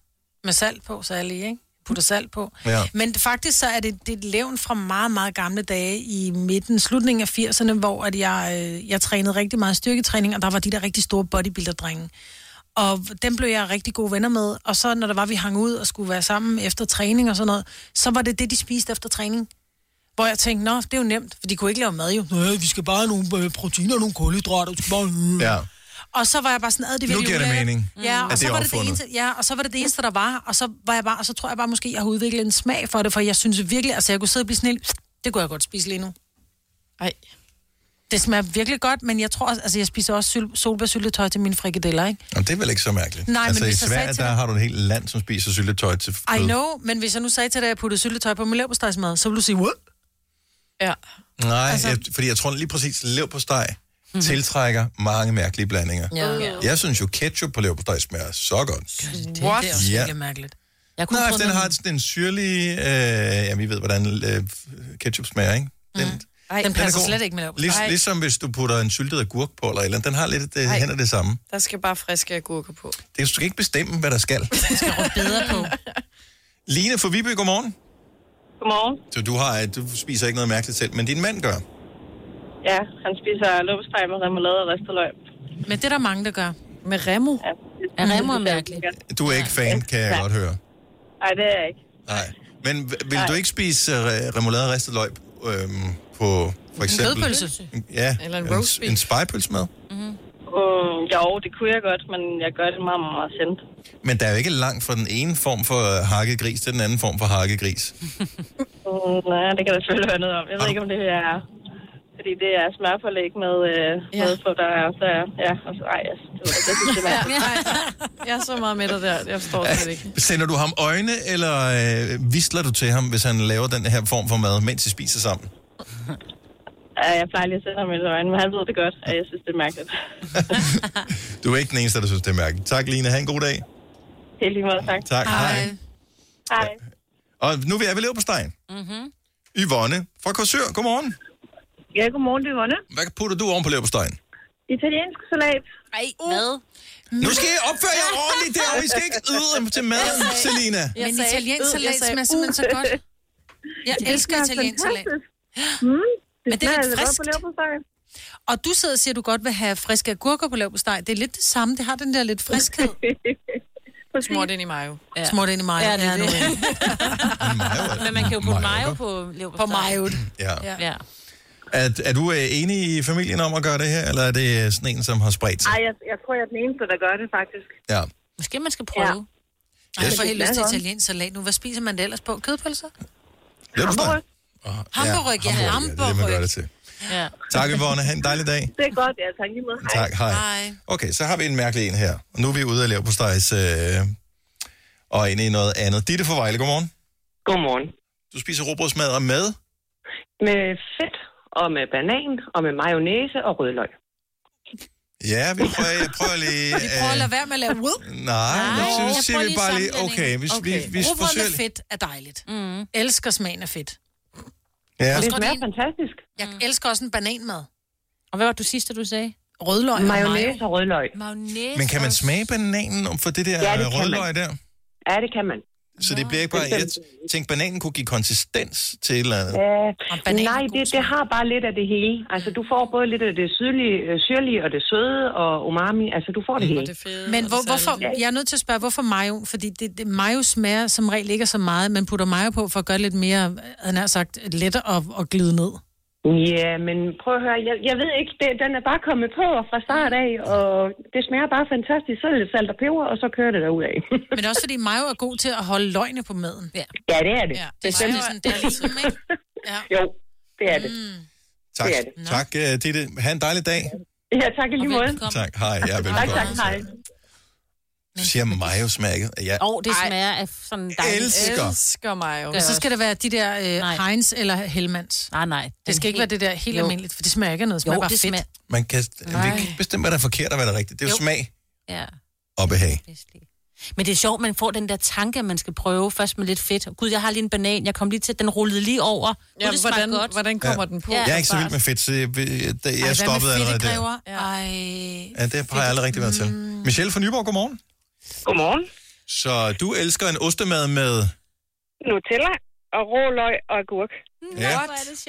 D: Med salt på, så alle ikke? Putter salt på.
A: Ja.
D: Men faktisk så er det, det er et levn fra meget, meget gamle dage i midten, slutningen af 80'erne, hvor at jeg, øh, jeg trænede rigtig meget styrketræning, og der var de der rigtig store bodybuilder-drenge. Og dem blev jeg rigtig gode venner med, og så når der var, vi hang ud og skulle være sammen efter træning og sådan noget, så var det det, de spiste efter træning. Hvor jeg tænkte, nå, det er jo nemt, for de kunne ikke lave mad jo. Nej, vi skal bare have nogle øh, proteiner og nogle kulhydrater. Vi skal bare...
A: Ja.
D: Og så var jeg bare sådan, ad det er
A: Nu
D: virkelig
A: giver det
D: ulækkert."
A: mening,
D: Ja,
A: at
D: og
A: det
D: så
A: er
D: var det det
A: opfundet.
D: eneste, ja, og så var det det eneste, der var, og så var jeg bare, og så tror jeg bare måske, jeg har udviklet en smag for det, for jeg synes virkelig, altså jeg kunne sidde og blive sådan helt, det kunne jeg godt spise lige nu.
B: Ej.
D: Det smager virkelig godt, men jeg tror også, altså jeg spiser også syl- solbærsyltetøj til mine frikadeller, ikke?
A: Og det er vel ikke så mærkeligt.
D: Nej, men
A: altså, i
D: hvis jeg sagde
A: Sverige,
D: til
A: der
D: dig-
A: har du et helt land, som spiser syltetøj til
D: I
A: kød.
D: know, men hvis jeg nu sagde til dig, at jeg puttede syltetøj på min leverpostejsmad, så ville du sige, what?
B: Ja.
A: Nej, altså... jeg, fordi jeg tror lige præcis, lev på steg mm. tiltrækker mange mærkelige blandinger.
D: Mhm. Ja. Ja.
A: Jeg synes jo, ketchup på lev på steg smager så godt.
D: Det, What? det er også
A: Ja.
D: virkelig mærkeligt. Jeg
A: Nej,
D: Mhm.
A: den har sådan en syrlig... Øh, jamen, vi ved, hvordan øh, ketchup smager, ikke? Den, mm.
D: Ej, den
A: er
D: passer
A: god.
D: slet ikke med lav.
A: Liges,
B: Nej.
A: ligesom hvis du putter en syltet agurk på eller et eller andet. Den har lidt det,
B: Ej.
A: hænder det samme.
B: Der skal bare friske agurker på.
A: Det er, du skal ikke bestemme, hvad der skal.
B: Bedre på.
A: [laughs] Line fra Viby, godmorgen.
M: Godmorgen.
A: Så du, har, øh, du spiser ikke noget mærkeligt selv, men din mand gør.
M: Ja, han spiser luftsteg med remoulade og ristet løg.
D: Men det er der mange, der gør.
B: Med remo?
M: Ja.
D: Er remo er mærkeligt?
A: Du er ikke fan, kan jeg
M: Ja.
A: godt høre.
M: Nej, det er jeg ikke.
A: Nej. Men h- vil du ikke spise øh, remoulade og ristet løg øhm, på for eksempel...
M: kødpølse.
A: Ja.
M: Eller en roast
A: en,
M: beef.
A: en spejpølsemad.
M: Uh, jo, det kunne jeg godt, men jeg gør det meget, meget, meget sjældent.
A: Men der er jo ikke langt fra den ene form for øh, hakket gris til den anden form for hakket gris.
M: Mm, nej, det kan der selvfølgelig være noget om. Jeg ved ikke, om det er... Fordi det er smørpålæg med øh, ja. noget på, der er... Der, er- ja, altså, ej, altså, det, ved jeg ikke. jeg synes, det er mærkeligt.
B: Jeg er så meget med dig der. Jeg forstår det slet ikke.
A: Sender du ham øjne, eller øh, visler du til ham, hvis han laver den her form for mad, mens I spiser sammen?
M: Ja, jeg plejer lige at sende ham i øjne, men han ved det godt, og jeg synes, det er mærkeligt.
A: Du er ikke den eneste, der synes, det er mærkeligt. Tak, Line. Ha' en god dag.
M: Helt lige måde, tak.
A: Tak. Hej. Hej.
M: Hej.
A: Og nu vil jeg vel leve på stegen.
M: Mm-hmm.
A: Yvonne fra Korsør. Godmorgen.
M: Ja, godmorgen, det er Yvonne.
A: Hvad putter du oven på leverpostejen?
M: Italiensk salat. Ej, uh. mad.
A: Nu skal I opføre jer ordentligt derovre. I skal ikke yde til maden,
D: Jeg sagde-
A: Selina.
D: Men
M: sagde
D: italiensk
M: ud, jeg
D: salat
M: sagde
D: smager simpelthen så
M: ud.
D: godt. Jeg
M: Det
D: elsker
M: smager
D: italiensk salat.
M: Mm,
D: Men det
M: smager
D: er lidt
M: altså godt
D: frisk.
M: på leverpostejen.
D: Og du sidder og siger, at du godt vil have friske agurker på leverpostej. Det er lidt det samme. Det har den der lidt friskhed.
B: Smurt ind i mayo.
D: Ja. Smurt ind i mayo.
C: Ja, det er
D: nu.
C: Men man kan jo putte mayo på leverpostej. På mayo.
A: Ja.
C: ja.
A: Er, er du øh, enig i familien om at gøre det her, eller er det øh, sådan en, som har spredt sig?
M: Ej, jeg, jeg tror, jeg er den eneste, der gør det, faktisk.
A: Ja.
D: Måske man skal prøve.
A: Yes.
D: Ja.
A: Øh.
D: Jeg får helt lyst til
M: Ja, så.
D: italiensk salat nu. Hvad spiser man det ellers på? Kødpølser?
A: Leverpostej?
D: Hamburg, ja.
A: Det er det, man gør det til.
D: Ja.
A: Tak, Yvonne. Ha' en dejlig dag.
M: Det er godt, ja. Tak lige måde.
A: Tak, hej. Okay, så har vi en mærkelig en her. Og nu er vi ude af leverpostejs øh, og inde i noget andet. Ditte for Vejle, godmorgen.
R: Godmorgen.
A: Du spiser robrødsmadder med?
R: Med fedt og med banan og med mayonnaise og rødløg.
A: Ja, vi prøver, jeg prøver lige...
D: [laughs] Vi prøver at lade være med at lave whip.
A: Øh, nej, nej, så siger vi bare lige, okay, vi, okay. vi, vi
D: Rugbrød med
A: forsøger...
D: fedt er dejligt. Mm. Elsker smagen af fedt.
A: Ja.
D: Jeg
A: Det
D: tror,
A: smager
D: er
R: fantastisk.
D: Jeg elsker også en bananmad.
C: Og hvad var du sidste, du sagde?
D: Rødløg og
R: Mayonnaise og rødløg.
D: Mayonnaise.
A: Men kan man smage bananen for det der
R: Ja,
A: ja,
R: det kan
A: rødløg
R: man.
A: der?
R: Ja, det kan man.
A: Så det bliver ikke bare... Jeg tænkte, bananen kunne give konsistens til et eller andet.
R: Ja,
D: banan
R: nej, det, det har bare lidt af det hele. Altså, du får både lidt af det sydlige, øh, syrlige og det søde og umami. Altså, du får det hele.
D: Men hvor, hvorfor, jeg er nødt til at spørge, hvorfor mayo? Fordi det, det, mayo smager som regel ikke af så meget. Man putter mayo på for at gøre det lidt mere, havde jeg nær sagt, let at, at glide ned.
R: Ja, men prøv at høre, jeg, jeg ved ikke, det, den er bare kommet på fra start af, og det smager bare fantastisk. Så er det lidt salt og peber, og så kører det derudad.
D: Men også fordi mayo er god til at holde løgne på maden. Ja.
R: ja, det er det.
D: Ja, det er sådan, det er ligesom, ikke? Ja.
R: Jo, det er det.
A: Tak,
R: det er det.
A: tak uh, Ditte. Ha' en dejlig dag.
R: Ja, tak i lige måde.
A: Tak, hej. Ja,
R: Tak,
A: velkommen.
R: tak, hej.
A: Du siger mayo smager. Ja.
C: Og det smager af sådan dejligt.
A: Elsker.
B: Elsker mayo.
D: Og så skal det være de der øh, Heinz eller Hellmans.
C: Nej, nej.
D: Det skal ikke være det der helt
C: Jo.
D: almindeligt, for det smager ikke af noget. Det smager
C: Jo,
D: bare
C: det
D: fedt.
C: smager-
A: Man kan, vi kan ikke bestemme, hvad der er forkert og hvad der er rigtigt. Det er jo,
C: Jo.
A: smag
C: Ja.
A: og behag.
C: Men det er sjovt, man får den der tanke, at man skal prøve først med lidt fedt. Gud, jeg har lige en banan, jeg kom lige til, den rullede lige over. Gud,
B: Ja,
C: det smager
B: hvordan-
C: godt.
B: hvordan kommer den på?
A: Ja, jeg er ikke så vild med fedt, så jeg, jeg, jeg stoppede allerede der.
D: der. Ej.
A: Ja, det har jeg aldrig rigtig været til. Michelle fra Nyborg, godmorgen.
R: Godmorgen.
A: Så du elsker en ostemad med...
S: Nutella og rå løg og agurk.
A: Ja.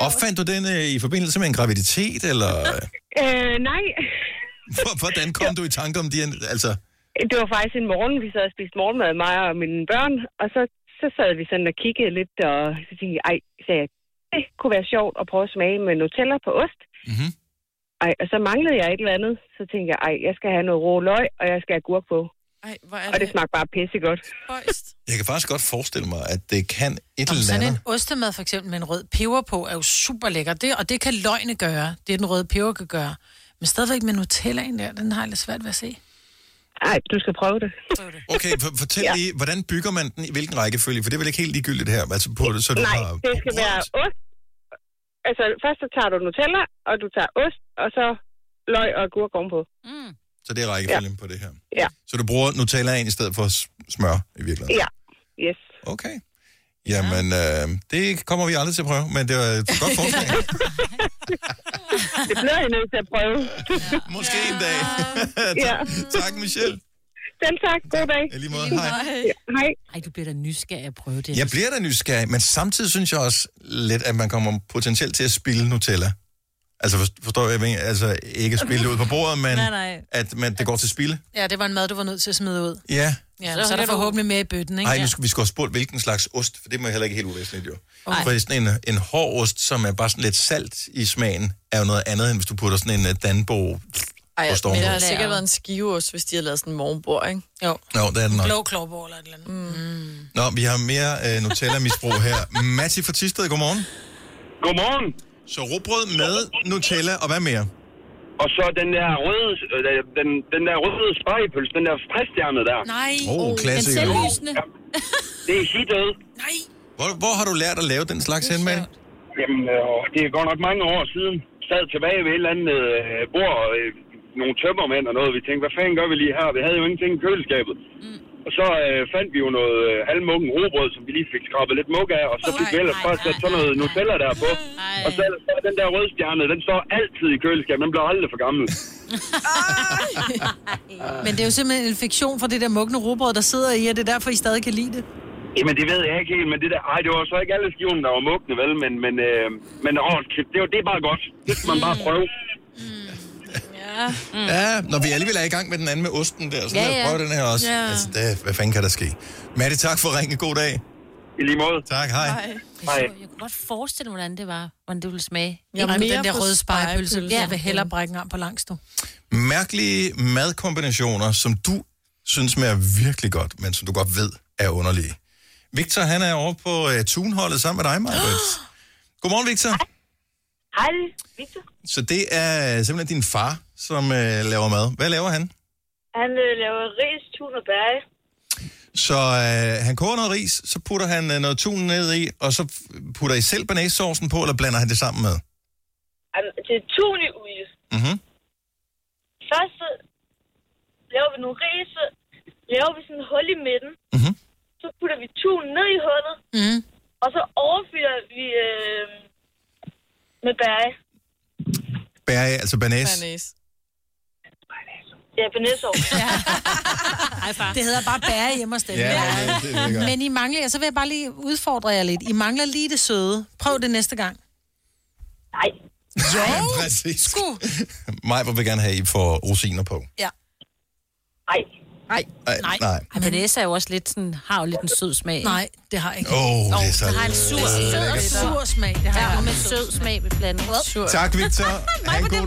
A: Opfandt du den øh, i forbindelse med en graviditet, eller
S: Øh, nej,
A: hvordan kom du i tanke om de... her- Altså,
S: det var faktisk en morgen, vi sad og spiste morgenmad, mig og mine børn, og så, så sad vi sådan og kiggede lidt, og så tænkte jeg, ej, sagde jeg, det kunne være sjovt at prøve at smage med Nutella på ost.
A: Mhm.
S: Ej, og så manglede jeg et eller andet, så tænkte jeg, ej, jeg skal have noget rå løg, og jeg skal have agurk på.
B: Ej, hvor er
S: Og det smagte bare pissegodt.
A: jeg kan faktisk godt forestille mig, at det kan et
D: Om
A: eller
D: sådan en
A: andet.
D: ostemad for eksempel med en rød peber på, er jo super lækker. Det, og det kan løgne gøre. Det er den røde peber kan gøre. Men stadigvæk med Nutellaen der, den har jeg lidt svært ved at se.
S: Nej, [laughs] du skal prøve det.
A: Okay, for, fortæl
S: Ja.
A: lige, hvordan bygger man den i hvilken rækkefølge? For det er vel ikke helt ligegyldigt her. Altså, på, så du
S: Nej,
A: har
S: det skal være ost. Altså, først så tager du Nutella, og du tager ost, og så løg og agurk ovenpå.
A: Så det er rækkefølgen ja. på det her.
S: Ja.
A: Så du bruger Nutella ind i stedet for s- smør i virkeligheden?
S: Ja, yes.
A: Okay. Jamen, øh, det kommer vi aldrig til at prøve, men det var
S: [laughs]
A: et godt forslag.
T: [laughs]
S: Det bliver jeg nødt til at prøve.
A: Måske en dag.
S: ja.
A: [laughs] tak, Michelle.
S: Selv tak. God dag.
A: Ja, lige måde. Hej.
S: Hej.
C: Ej, du bliver da nysgerrig at prøve det.
A: Jeg bliver da nysgerrig, men samtidig synes jeg også lidt, at man kommer potentielt til at spille Nutella. Altså, forst- forstår jeg, hvad jeg, mener? altså ikke spille det ud på bordet, men
D: Nej, nej.
A: at man, det går til spilde.
D: Ja, det var en mad, du var nødt til at smide ud.
A: Ja.
D: Ja, så, så er der forhåbentlig mere i bøtten, ikke?
A: Nej, nu skulle, vi skulle have spurgt, hvilken slags ost, for det må jeg heller ikke helt uvæsentligt jo.
D: Ej.
A: For sådan en, en hård ost, som er bare sådan lidt salt i smagen, er jo noget andet, end hvis du putter sådan en uh, danbo
B: Ej,
A: på
B: men der har
A: stormen.
B: sikkert været en skiveost, hvis de har lavet sådan en morgenbord, ikke?
D: Jo.
A: Nå, det er den nok.
D: Blå klorbord eller et eller andet. Mm.
A: Nå, vi har mere øh, Nutella-misbrug
F: [laughs]
A: her. Matti fra Tisted, godmorgen.
F: Godmorgen.
A: Så råbrød med Nutella, og hvad mere?
F: Og så den der røde, øh, den, den der røde spøjepølse, den der fristjerne der.
D: Nej.
A: Åh, oh, klassiker. Den selvlysende.
F: Det er shit død.
A: Hvor, hvor har du lært at lave den slags hen, mand?
F: Jamen, øh, det er godt nok mange år siden. Sad tilbage ved et eller andet øh, bord, øh, nogle tømmermænd og noget. Vi tænkte, hvad fanden gør vi lige her? Vi havde jo ingenting i køleskabet. Mm. Og så øh, fandt vi jo noget øh, halvmukken robrød, som vi lige fik skrabbet lidt mug af, og så fik vi ellers bare sat sådan noget Nutella der på. Og så, så den der rødstjerne, den står altid i køleskabet, den bliver aldrig for gammel.
D: Men det er jo simpelthen en infektion fra det der mugne rugbrød, der sidder i, og det er derfor, I stadig kan lide det.
F: Jamen, det ved jeg ikke helt, men det der... Ej, det var så ikke alle skiverne, der var mugne, vel? Men, men, øh, men åh, det, var, det er bare godt. Det skal man bare prøve.
B: Ja.
A: Mm. Ja, når vi alligevel er i gang med den anden med osten der, så
F: Ja,
A: ja, ja.
F: ja.
A: prøv den her også.
F: Ja.
A: Ja. Altså, det, hvad fanden kan der ske? Matti, tak for at ringe. God dag.
F: I lige måde.
A: Tak, hej. hej.
C: Jeg, så, jeg kunne godt forestille mig, hvordan det var, hvordan det ville smage.
D: Jeg er mere den der
C: på
D: røde spejepølse.
C: spegepølse.
D: Ja. Jeg vil hellere brække en arm på langs, du.
A: Mærkelige madkombinationer, som du synes smager virkelig godt, men som du godt ved er underlige. Victor, han er over på uh, tunholdet sammen med dig, Margaret. Godmorgen, Victor.
T: Hej, Victor.
A: Så det er simpelthen din far, som uh, laver mad. Hvad laver han?
T: Han øh, laver ris, tun og bær.
A: Så øh, han koger noget ris, så putter han øh, noget tun ned i, og så f- putter I selv banæssaucen på, eller blander han det sammen med?
T: Han, det er tun i olie.
A: Mm-hmm.
T: Først så laver vi nogle ris, så laver vi sådan et hul i midten.
A: Mhm.
T: Så putter vi tun ned i hullet,
D: Mm.
T: og så overfylder vi øh, med bær.
A: Bær i, altså banæs.
T: Ja, banæsov.
A: [laughs]
T: ja. Ej, far.
D: Det hedder bare bære hjemme hos dem.
A: Ja, ja, det- det er lækkert.
D: Men I mangler, så vil jeg bare lige udfordre jer lidt. I mangler lige det søde. Prøv det næste gang.
T: Nej.
A: Jo, [laughs] præcis.
D: Sku.
A: Mig vil gerne have, at I får rosiner på.
D: Ja.
T: Nej.
C: Nej.
A: Ej, nej. nej.
C: Ej, men det er jo også lidt sådan, har jo lidt en sød smag.
D: Nej, det har jeg ikke.
A: Åh, oh, det er så
C: Det har en sur, sød og
A: lækkert.
C: sur
D: smag. Det har
C: ja, med sød smag ved blandet.
A: Tak,
D: [laughs]
A: Victor. Ha' en god dag.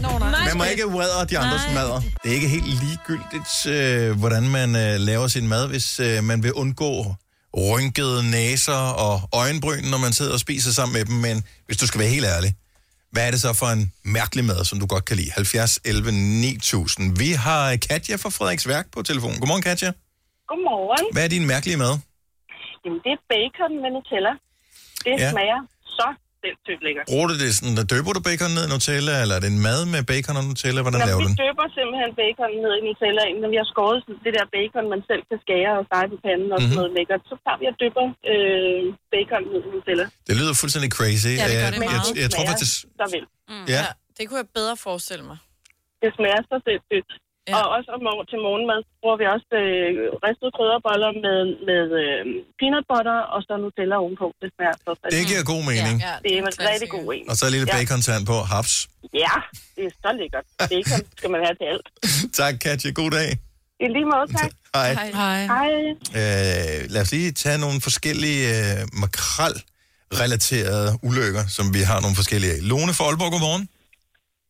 C: [laughs]
A: Man må
C: Mig-
A: ikke wadre de andres
C: Nej.
A: madder. Det er ikke helt ligegyldigt, øh, hvordan man øh, laver sin mad, hvis øh, man vil undgå rynkede næser og øjenbryn, når man sidder og spiser sammen med dem. Men hvis du skal være helt ærlig, hvad er det så for en mærkelig mad, som du godt kan lide? 70 11 9000. Vi har øh, Katja fra Frederiks Værk på telefonen. Godmorgen, Katja.
T: Godmorgen.
A: Hvad er din mærkelige mad?
T: Jamen, det er bacon med Nutella. Det
A: Ja.
T: smager så sindssygt lækkert.
A: Bruger du det sådan, der døber du bacon ned i Nutella, eller er det en mad med bacon og Nutella? Hvordan laver
T: vi
A: du den?
T: døber simpelthen bacon ned i Nutella, når vi har skåret det der bacon, man selv kan skære og stege på panden og
A: Mhm.
T: sådan noget lækkert, så tager vi og døber øh, bacon ned i Nutella.
A: Det lyder fuldstændig crazy. Øh,
T: Ja, det gør
A: jeg,
T: det
A: jeg,
T: meget.
A: jeg, jeg tror
T: Smager
A: faktisk...
T: Så vel.
D: Mm.
A: Ja. Ja,
T: det kunne jeg bedre forestille mig. Det smager så sindssygt. Ja. Og også om, mor- til morgenmad så bruger vi også øh, ristede krydderboller med, med øh, peanut butter og så Nutella ovenpå. Det smager så
A: Det giver god mening.
T: Ja, det er en rigtig god en.
A: Og så en lille
T: ja.
A: bacon på. Haps. [laughs]
T: Ja, det er så lækkert. Bacon skal man have til alt.
A: Tak, Katja. God dag.
T: I lige måde, tak.
A: [laughs] Hej.
T: Hej. Hej.
A: Øh, lad os lige tage nogle forskellige øh, makrel-relaterede ulykker, som vi har nogle forskellige af. Lone fra Aalborg, godmorgen.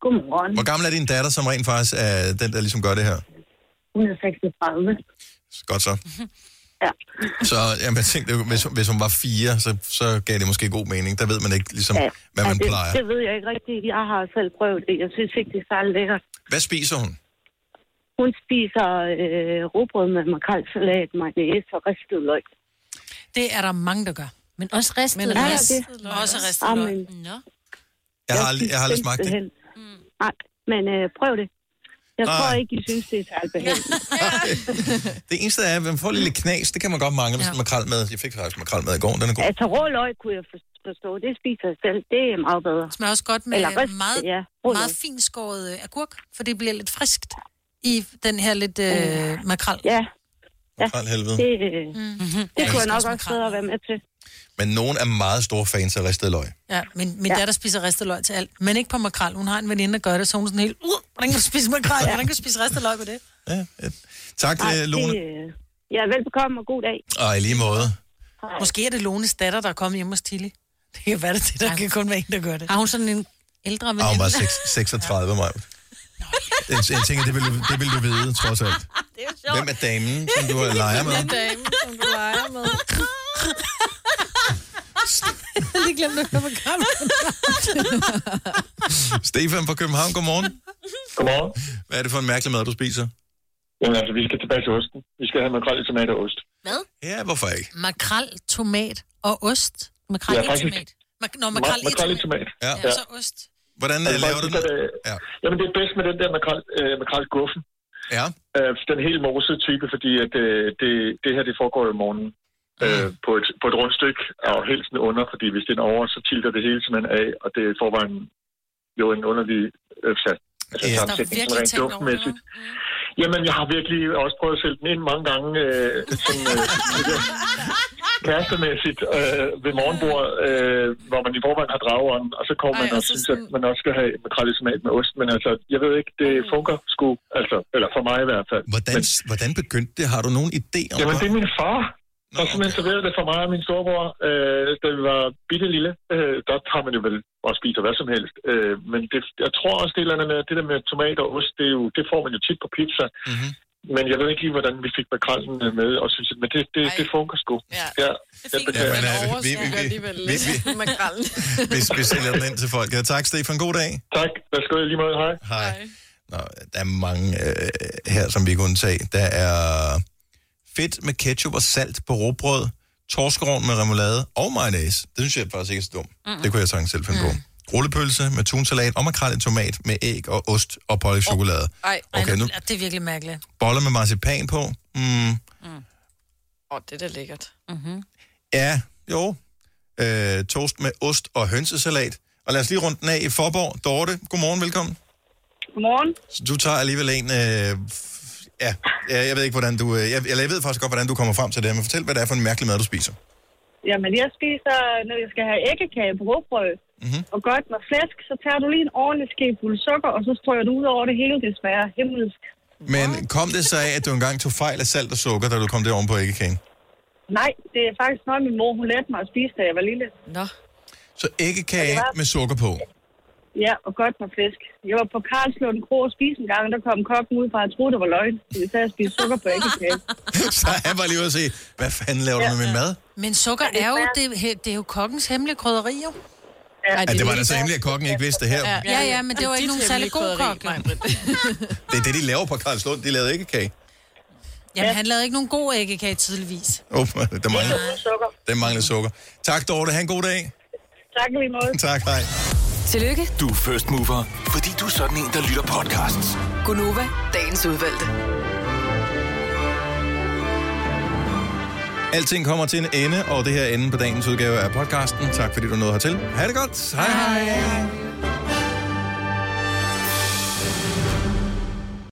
U: Godmorgen.
A: Hvor gammel er din datter, som rent faktisk er den, der ligesom gør det her?
U: Hun er 36.
A: Godt så.
U: [laughs] Ja.
A: Så jamen, jeg tænkte, hvis, hvis hun var fire, så, så gav det måske god mening. Der ved man ikke, ligesom, ja. hvad man
U: Ej, det,
A: plejer.
U: det ved jeg ikke rigtigt. Jeg har selv prøvet det. Jeg synes ikke, det er særlig lækkert.
A: Hvad spiser hun?
U: Hun spiser øh, råbrød med makrelsalat, mayonnaise og ristet løg.
D: Det er der mange, der gør.
C: Men også ristet
U: Men
D: løg.
U: ristet
D: Og Også ristet
U: Amen.
D: løg.
C: Nå.
A: Jeg har aldrig, jeg har aldrig smagt det.
U: Simpelthen. Nej, men øh, prøv det. Jeg
A: Nej.
U: tror ikke, I synes, det er særlig behageligt.
A: Det eneste er, at man får en lille knas, det kan man godt mangle med sådan en makrelmad. Jeg fik faktisk makrelmad i går, den er [laughs] god.
U: Altså rå løg kunne jeg for- forstå. Det spiser jeg selv. Det er meget bedre. Det
D: smager også godt med meget,
U: ja, rå
D: meget
U: løg.
D: fint skåret øh, agurk, for det bliver lidt friskt i den her lidt øh, makrel.
U: Mm.
D: Mm.
U: Ja.
A: Ja. Makrelhelvede.
U: Det, mm-hmm. det kunne jeg nok også bedre være med til.
A: Men nogen er meget store fans af ristet løg.
D: Ja, min, min ja. datter spiser ristet løg til alt, men ikke på makrel. Hun har en veninde, der gør det, så hun er sådan helt, uh, hvordan kan du spise makrel? Hvordan kan du spise ristet løg på det?
A: Tak, Ej, Lone.
D: Det,
U: øh, ja, velbekomme og god dag.
A: Ej, i lige måde.
D: Måske er det Lones datter, der er kommet hjem hos Tilly. Det kan være det, til, der kan kun være en, der gør det. Har hun sådan en ældre veninde?
A: Ah, hun var
D: [laughs]
A: seks- 36, mig. Jeg, jeg tænker, det vil, du- det vil du vide, trods
D: [laughs]
A: alt. Hvem er damen, som du leger med?
B: dame, som du leger med.
D: [laughs] Jeg havde lige glemt at høre på kampen.
A: Stefan fra København, godmorgen.
G: Godmorgen.
A: Hvad er det for en mærkelig mad, du spiser?
G: Jamen altså, vi skal tilbage til osten. Vi skal have makrel i tomat og ost.
D: Hvad?
A: Ja, hvorfor ikke?
D: Makrel, tomat og ost. Makrel
G: Ja,
D: i
G: faktisk-
D: tomat. Mak- Nå, makrel i
G: makrel i
D: tomat.
G: tomat.
A: Ja.
D: Ja, så ost.
A: Hvordan øh,
G: altså,
A: laver
G: du det?
A: Ja.
G: Jamen, det er bedst med den der makrel, øh, makrelguffen.
A: Ja.
G: Øh, den helt morsede type, fordi at, øh, det, det her, det foregår jo om morgenen. Øh, på, et, på et rundt stykke, og helst en under, fordi hvis det er en over, så tilter det hele simpelthen af, og det er i forvejen jo en underlig øh, sat. Altså,
H: Ja.
G: sammensætning,
H: Der er virkelig
G: sådan rent
H: tænkt over det,
G: duftmæssigt. Jamen, jeg har virkelig også prøvet at sælge den ind mange gange, øh, sådan, øh, det
H: [laughs]
G: der kærestemæssigt øh, ved morgenbordet, øh, hvor man i forvejen har drageånden, og så kommer man og synes, at man også skal have makrel i tomat med ost. Men altså, jeg ved ikke, det fungerer sgu, altså, eller for mig i hvert fald.
A: Hvordan, hvordan begyndte det? Har du nogen idé om
G: Jamen,
A: det?
G: det er min far, der simpelthen serverede det for mig og min storebror, øh, da vi var bitte lille. Øh, der har man jo vel og spiser hvad som helst. Øh, men det, jeg tror også, det, er et eller andet med, det der med tomat og ost, det, er jo, det får man jo tit på pizza.
A: Mm-hmm.
G: Men jeg ved ikke lige, hvordan vi fik makrelsen øh, med, og synes, at- men det, det, det fungerer sgu. Ja, ja jeg beklager.
A: men, øh,
B: Vores
A: vi-
B: gør
A: vi-
B: alligevel
A: vi-
B: lidt
A: vi-
B: med makrellen.
A: Hvis vi sælger den ind til folk. Ja, tak, Stefan. God dag.
G: Tak. Værsgo, lige måde. Hej.
A: Hej. Nå, der er mange øh, her, som vi kunne tage. Der er fedt med ketchup og salt på råbrød, torskerovn med remoulade og mayonnaise. Det synes jeg faktisk ikke er så dumt.
H: Mm.
A: Mm. Det kunne jeg sagtens selv finde mm. på. Rullepølse med tunsalat og makrel i tomat med æg og ost og pålæg chokolade.
B: Ej,
A: Okay, nu-
D: det er virkelig mærkeligt.
A: Boller med marcipan på. Mm.
B: Åh, oh, det er da lækkert. Mm-hmm.
A: Ja, jo. Øh, toast med ost og hønsesalat. Og lad os lige runde den af i Forborg. Dorte, godmorgen, velkommen.
T: Godmorgen.
A: Så du tager alligevel en... Øh, f- ja, ja, jeg ved ikke, hvordan du... Øh, jeg, eller jeg ved faktisk godt, hvordan du kommer frem til det, men fortæl, hvad det er for en mærkelig mad, du spiser.
T: Jamen, jeg spiser, når jeg skal have æggekage på råbrød, mm-hmm. og godt med flæsk, så tager du lige en ordentlig skefuld sukker, og så strøger du ud over det hele, det smager himmelsk.
A: Men kom det så af, at du engang tog fejl af salt og sukker, da du kom deroven på æggekagen?
T: Nej, det er faktisk noget, min mor hun lærte mig at spise, da jeg var lille.
B: Nå.
A: Så æggekage med sukker på. [laughs]
T: Ja, og godt med flæsk. Jeg var på Karlslund Kro og spise en gang, og der kom kokken ud fra, at jeg troede, det var løgn. Så vi sad og spiste sukker på æggekage.
A: så han var lige ude og sige, hvad fanden laver du med min mad?
D: Men sukker er jo, det, he- det er jo kokkens hemmelige krydderi, jo.
A: Ja, det var da så hemmeligt, at kokken ikke vidste det her.
D: Ja, ja, ja, men det var ikke nogen særlig god kok. jo.
A: Det er det, de laver på Karlslund. De lavede æggekage.
D: Jamen, han lavede ikke nogen god æggekage, tydeligvis.
A: Oh, der mangler, der mangler sukker. Tak, Dorte. Ha' en god dag.
T: Tak lige måde.
A: [laughs] Tak, hej.
Q: Tillykke.
E: Du er first mover, fordi du er sådan en, der lytter podcasts.
Q: Gunova, dagens udvalgte.
A: Alting kommer til en ende, og det her ende på dagens udgave af podcasten. Tak fordi du nåede hertil. Ha' det godt. Hej hej. hej.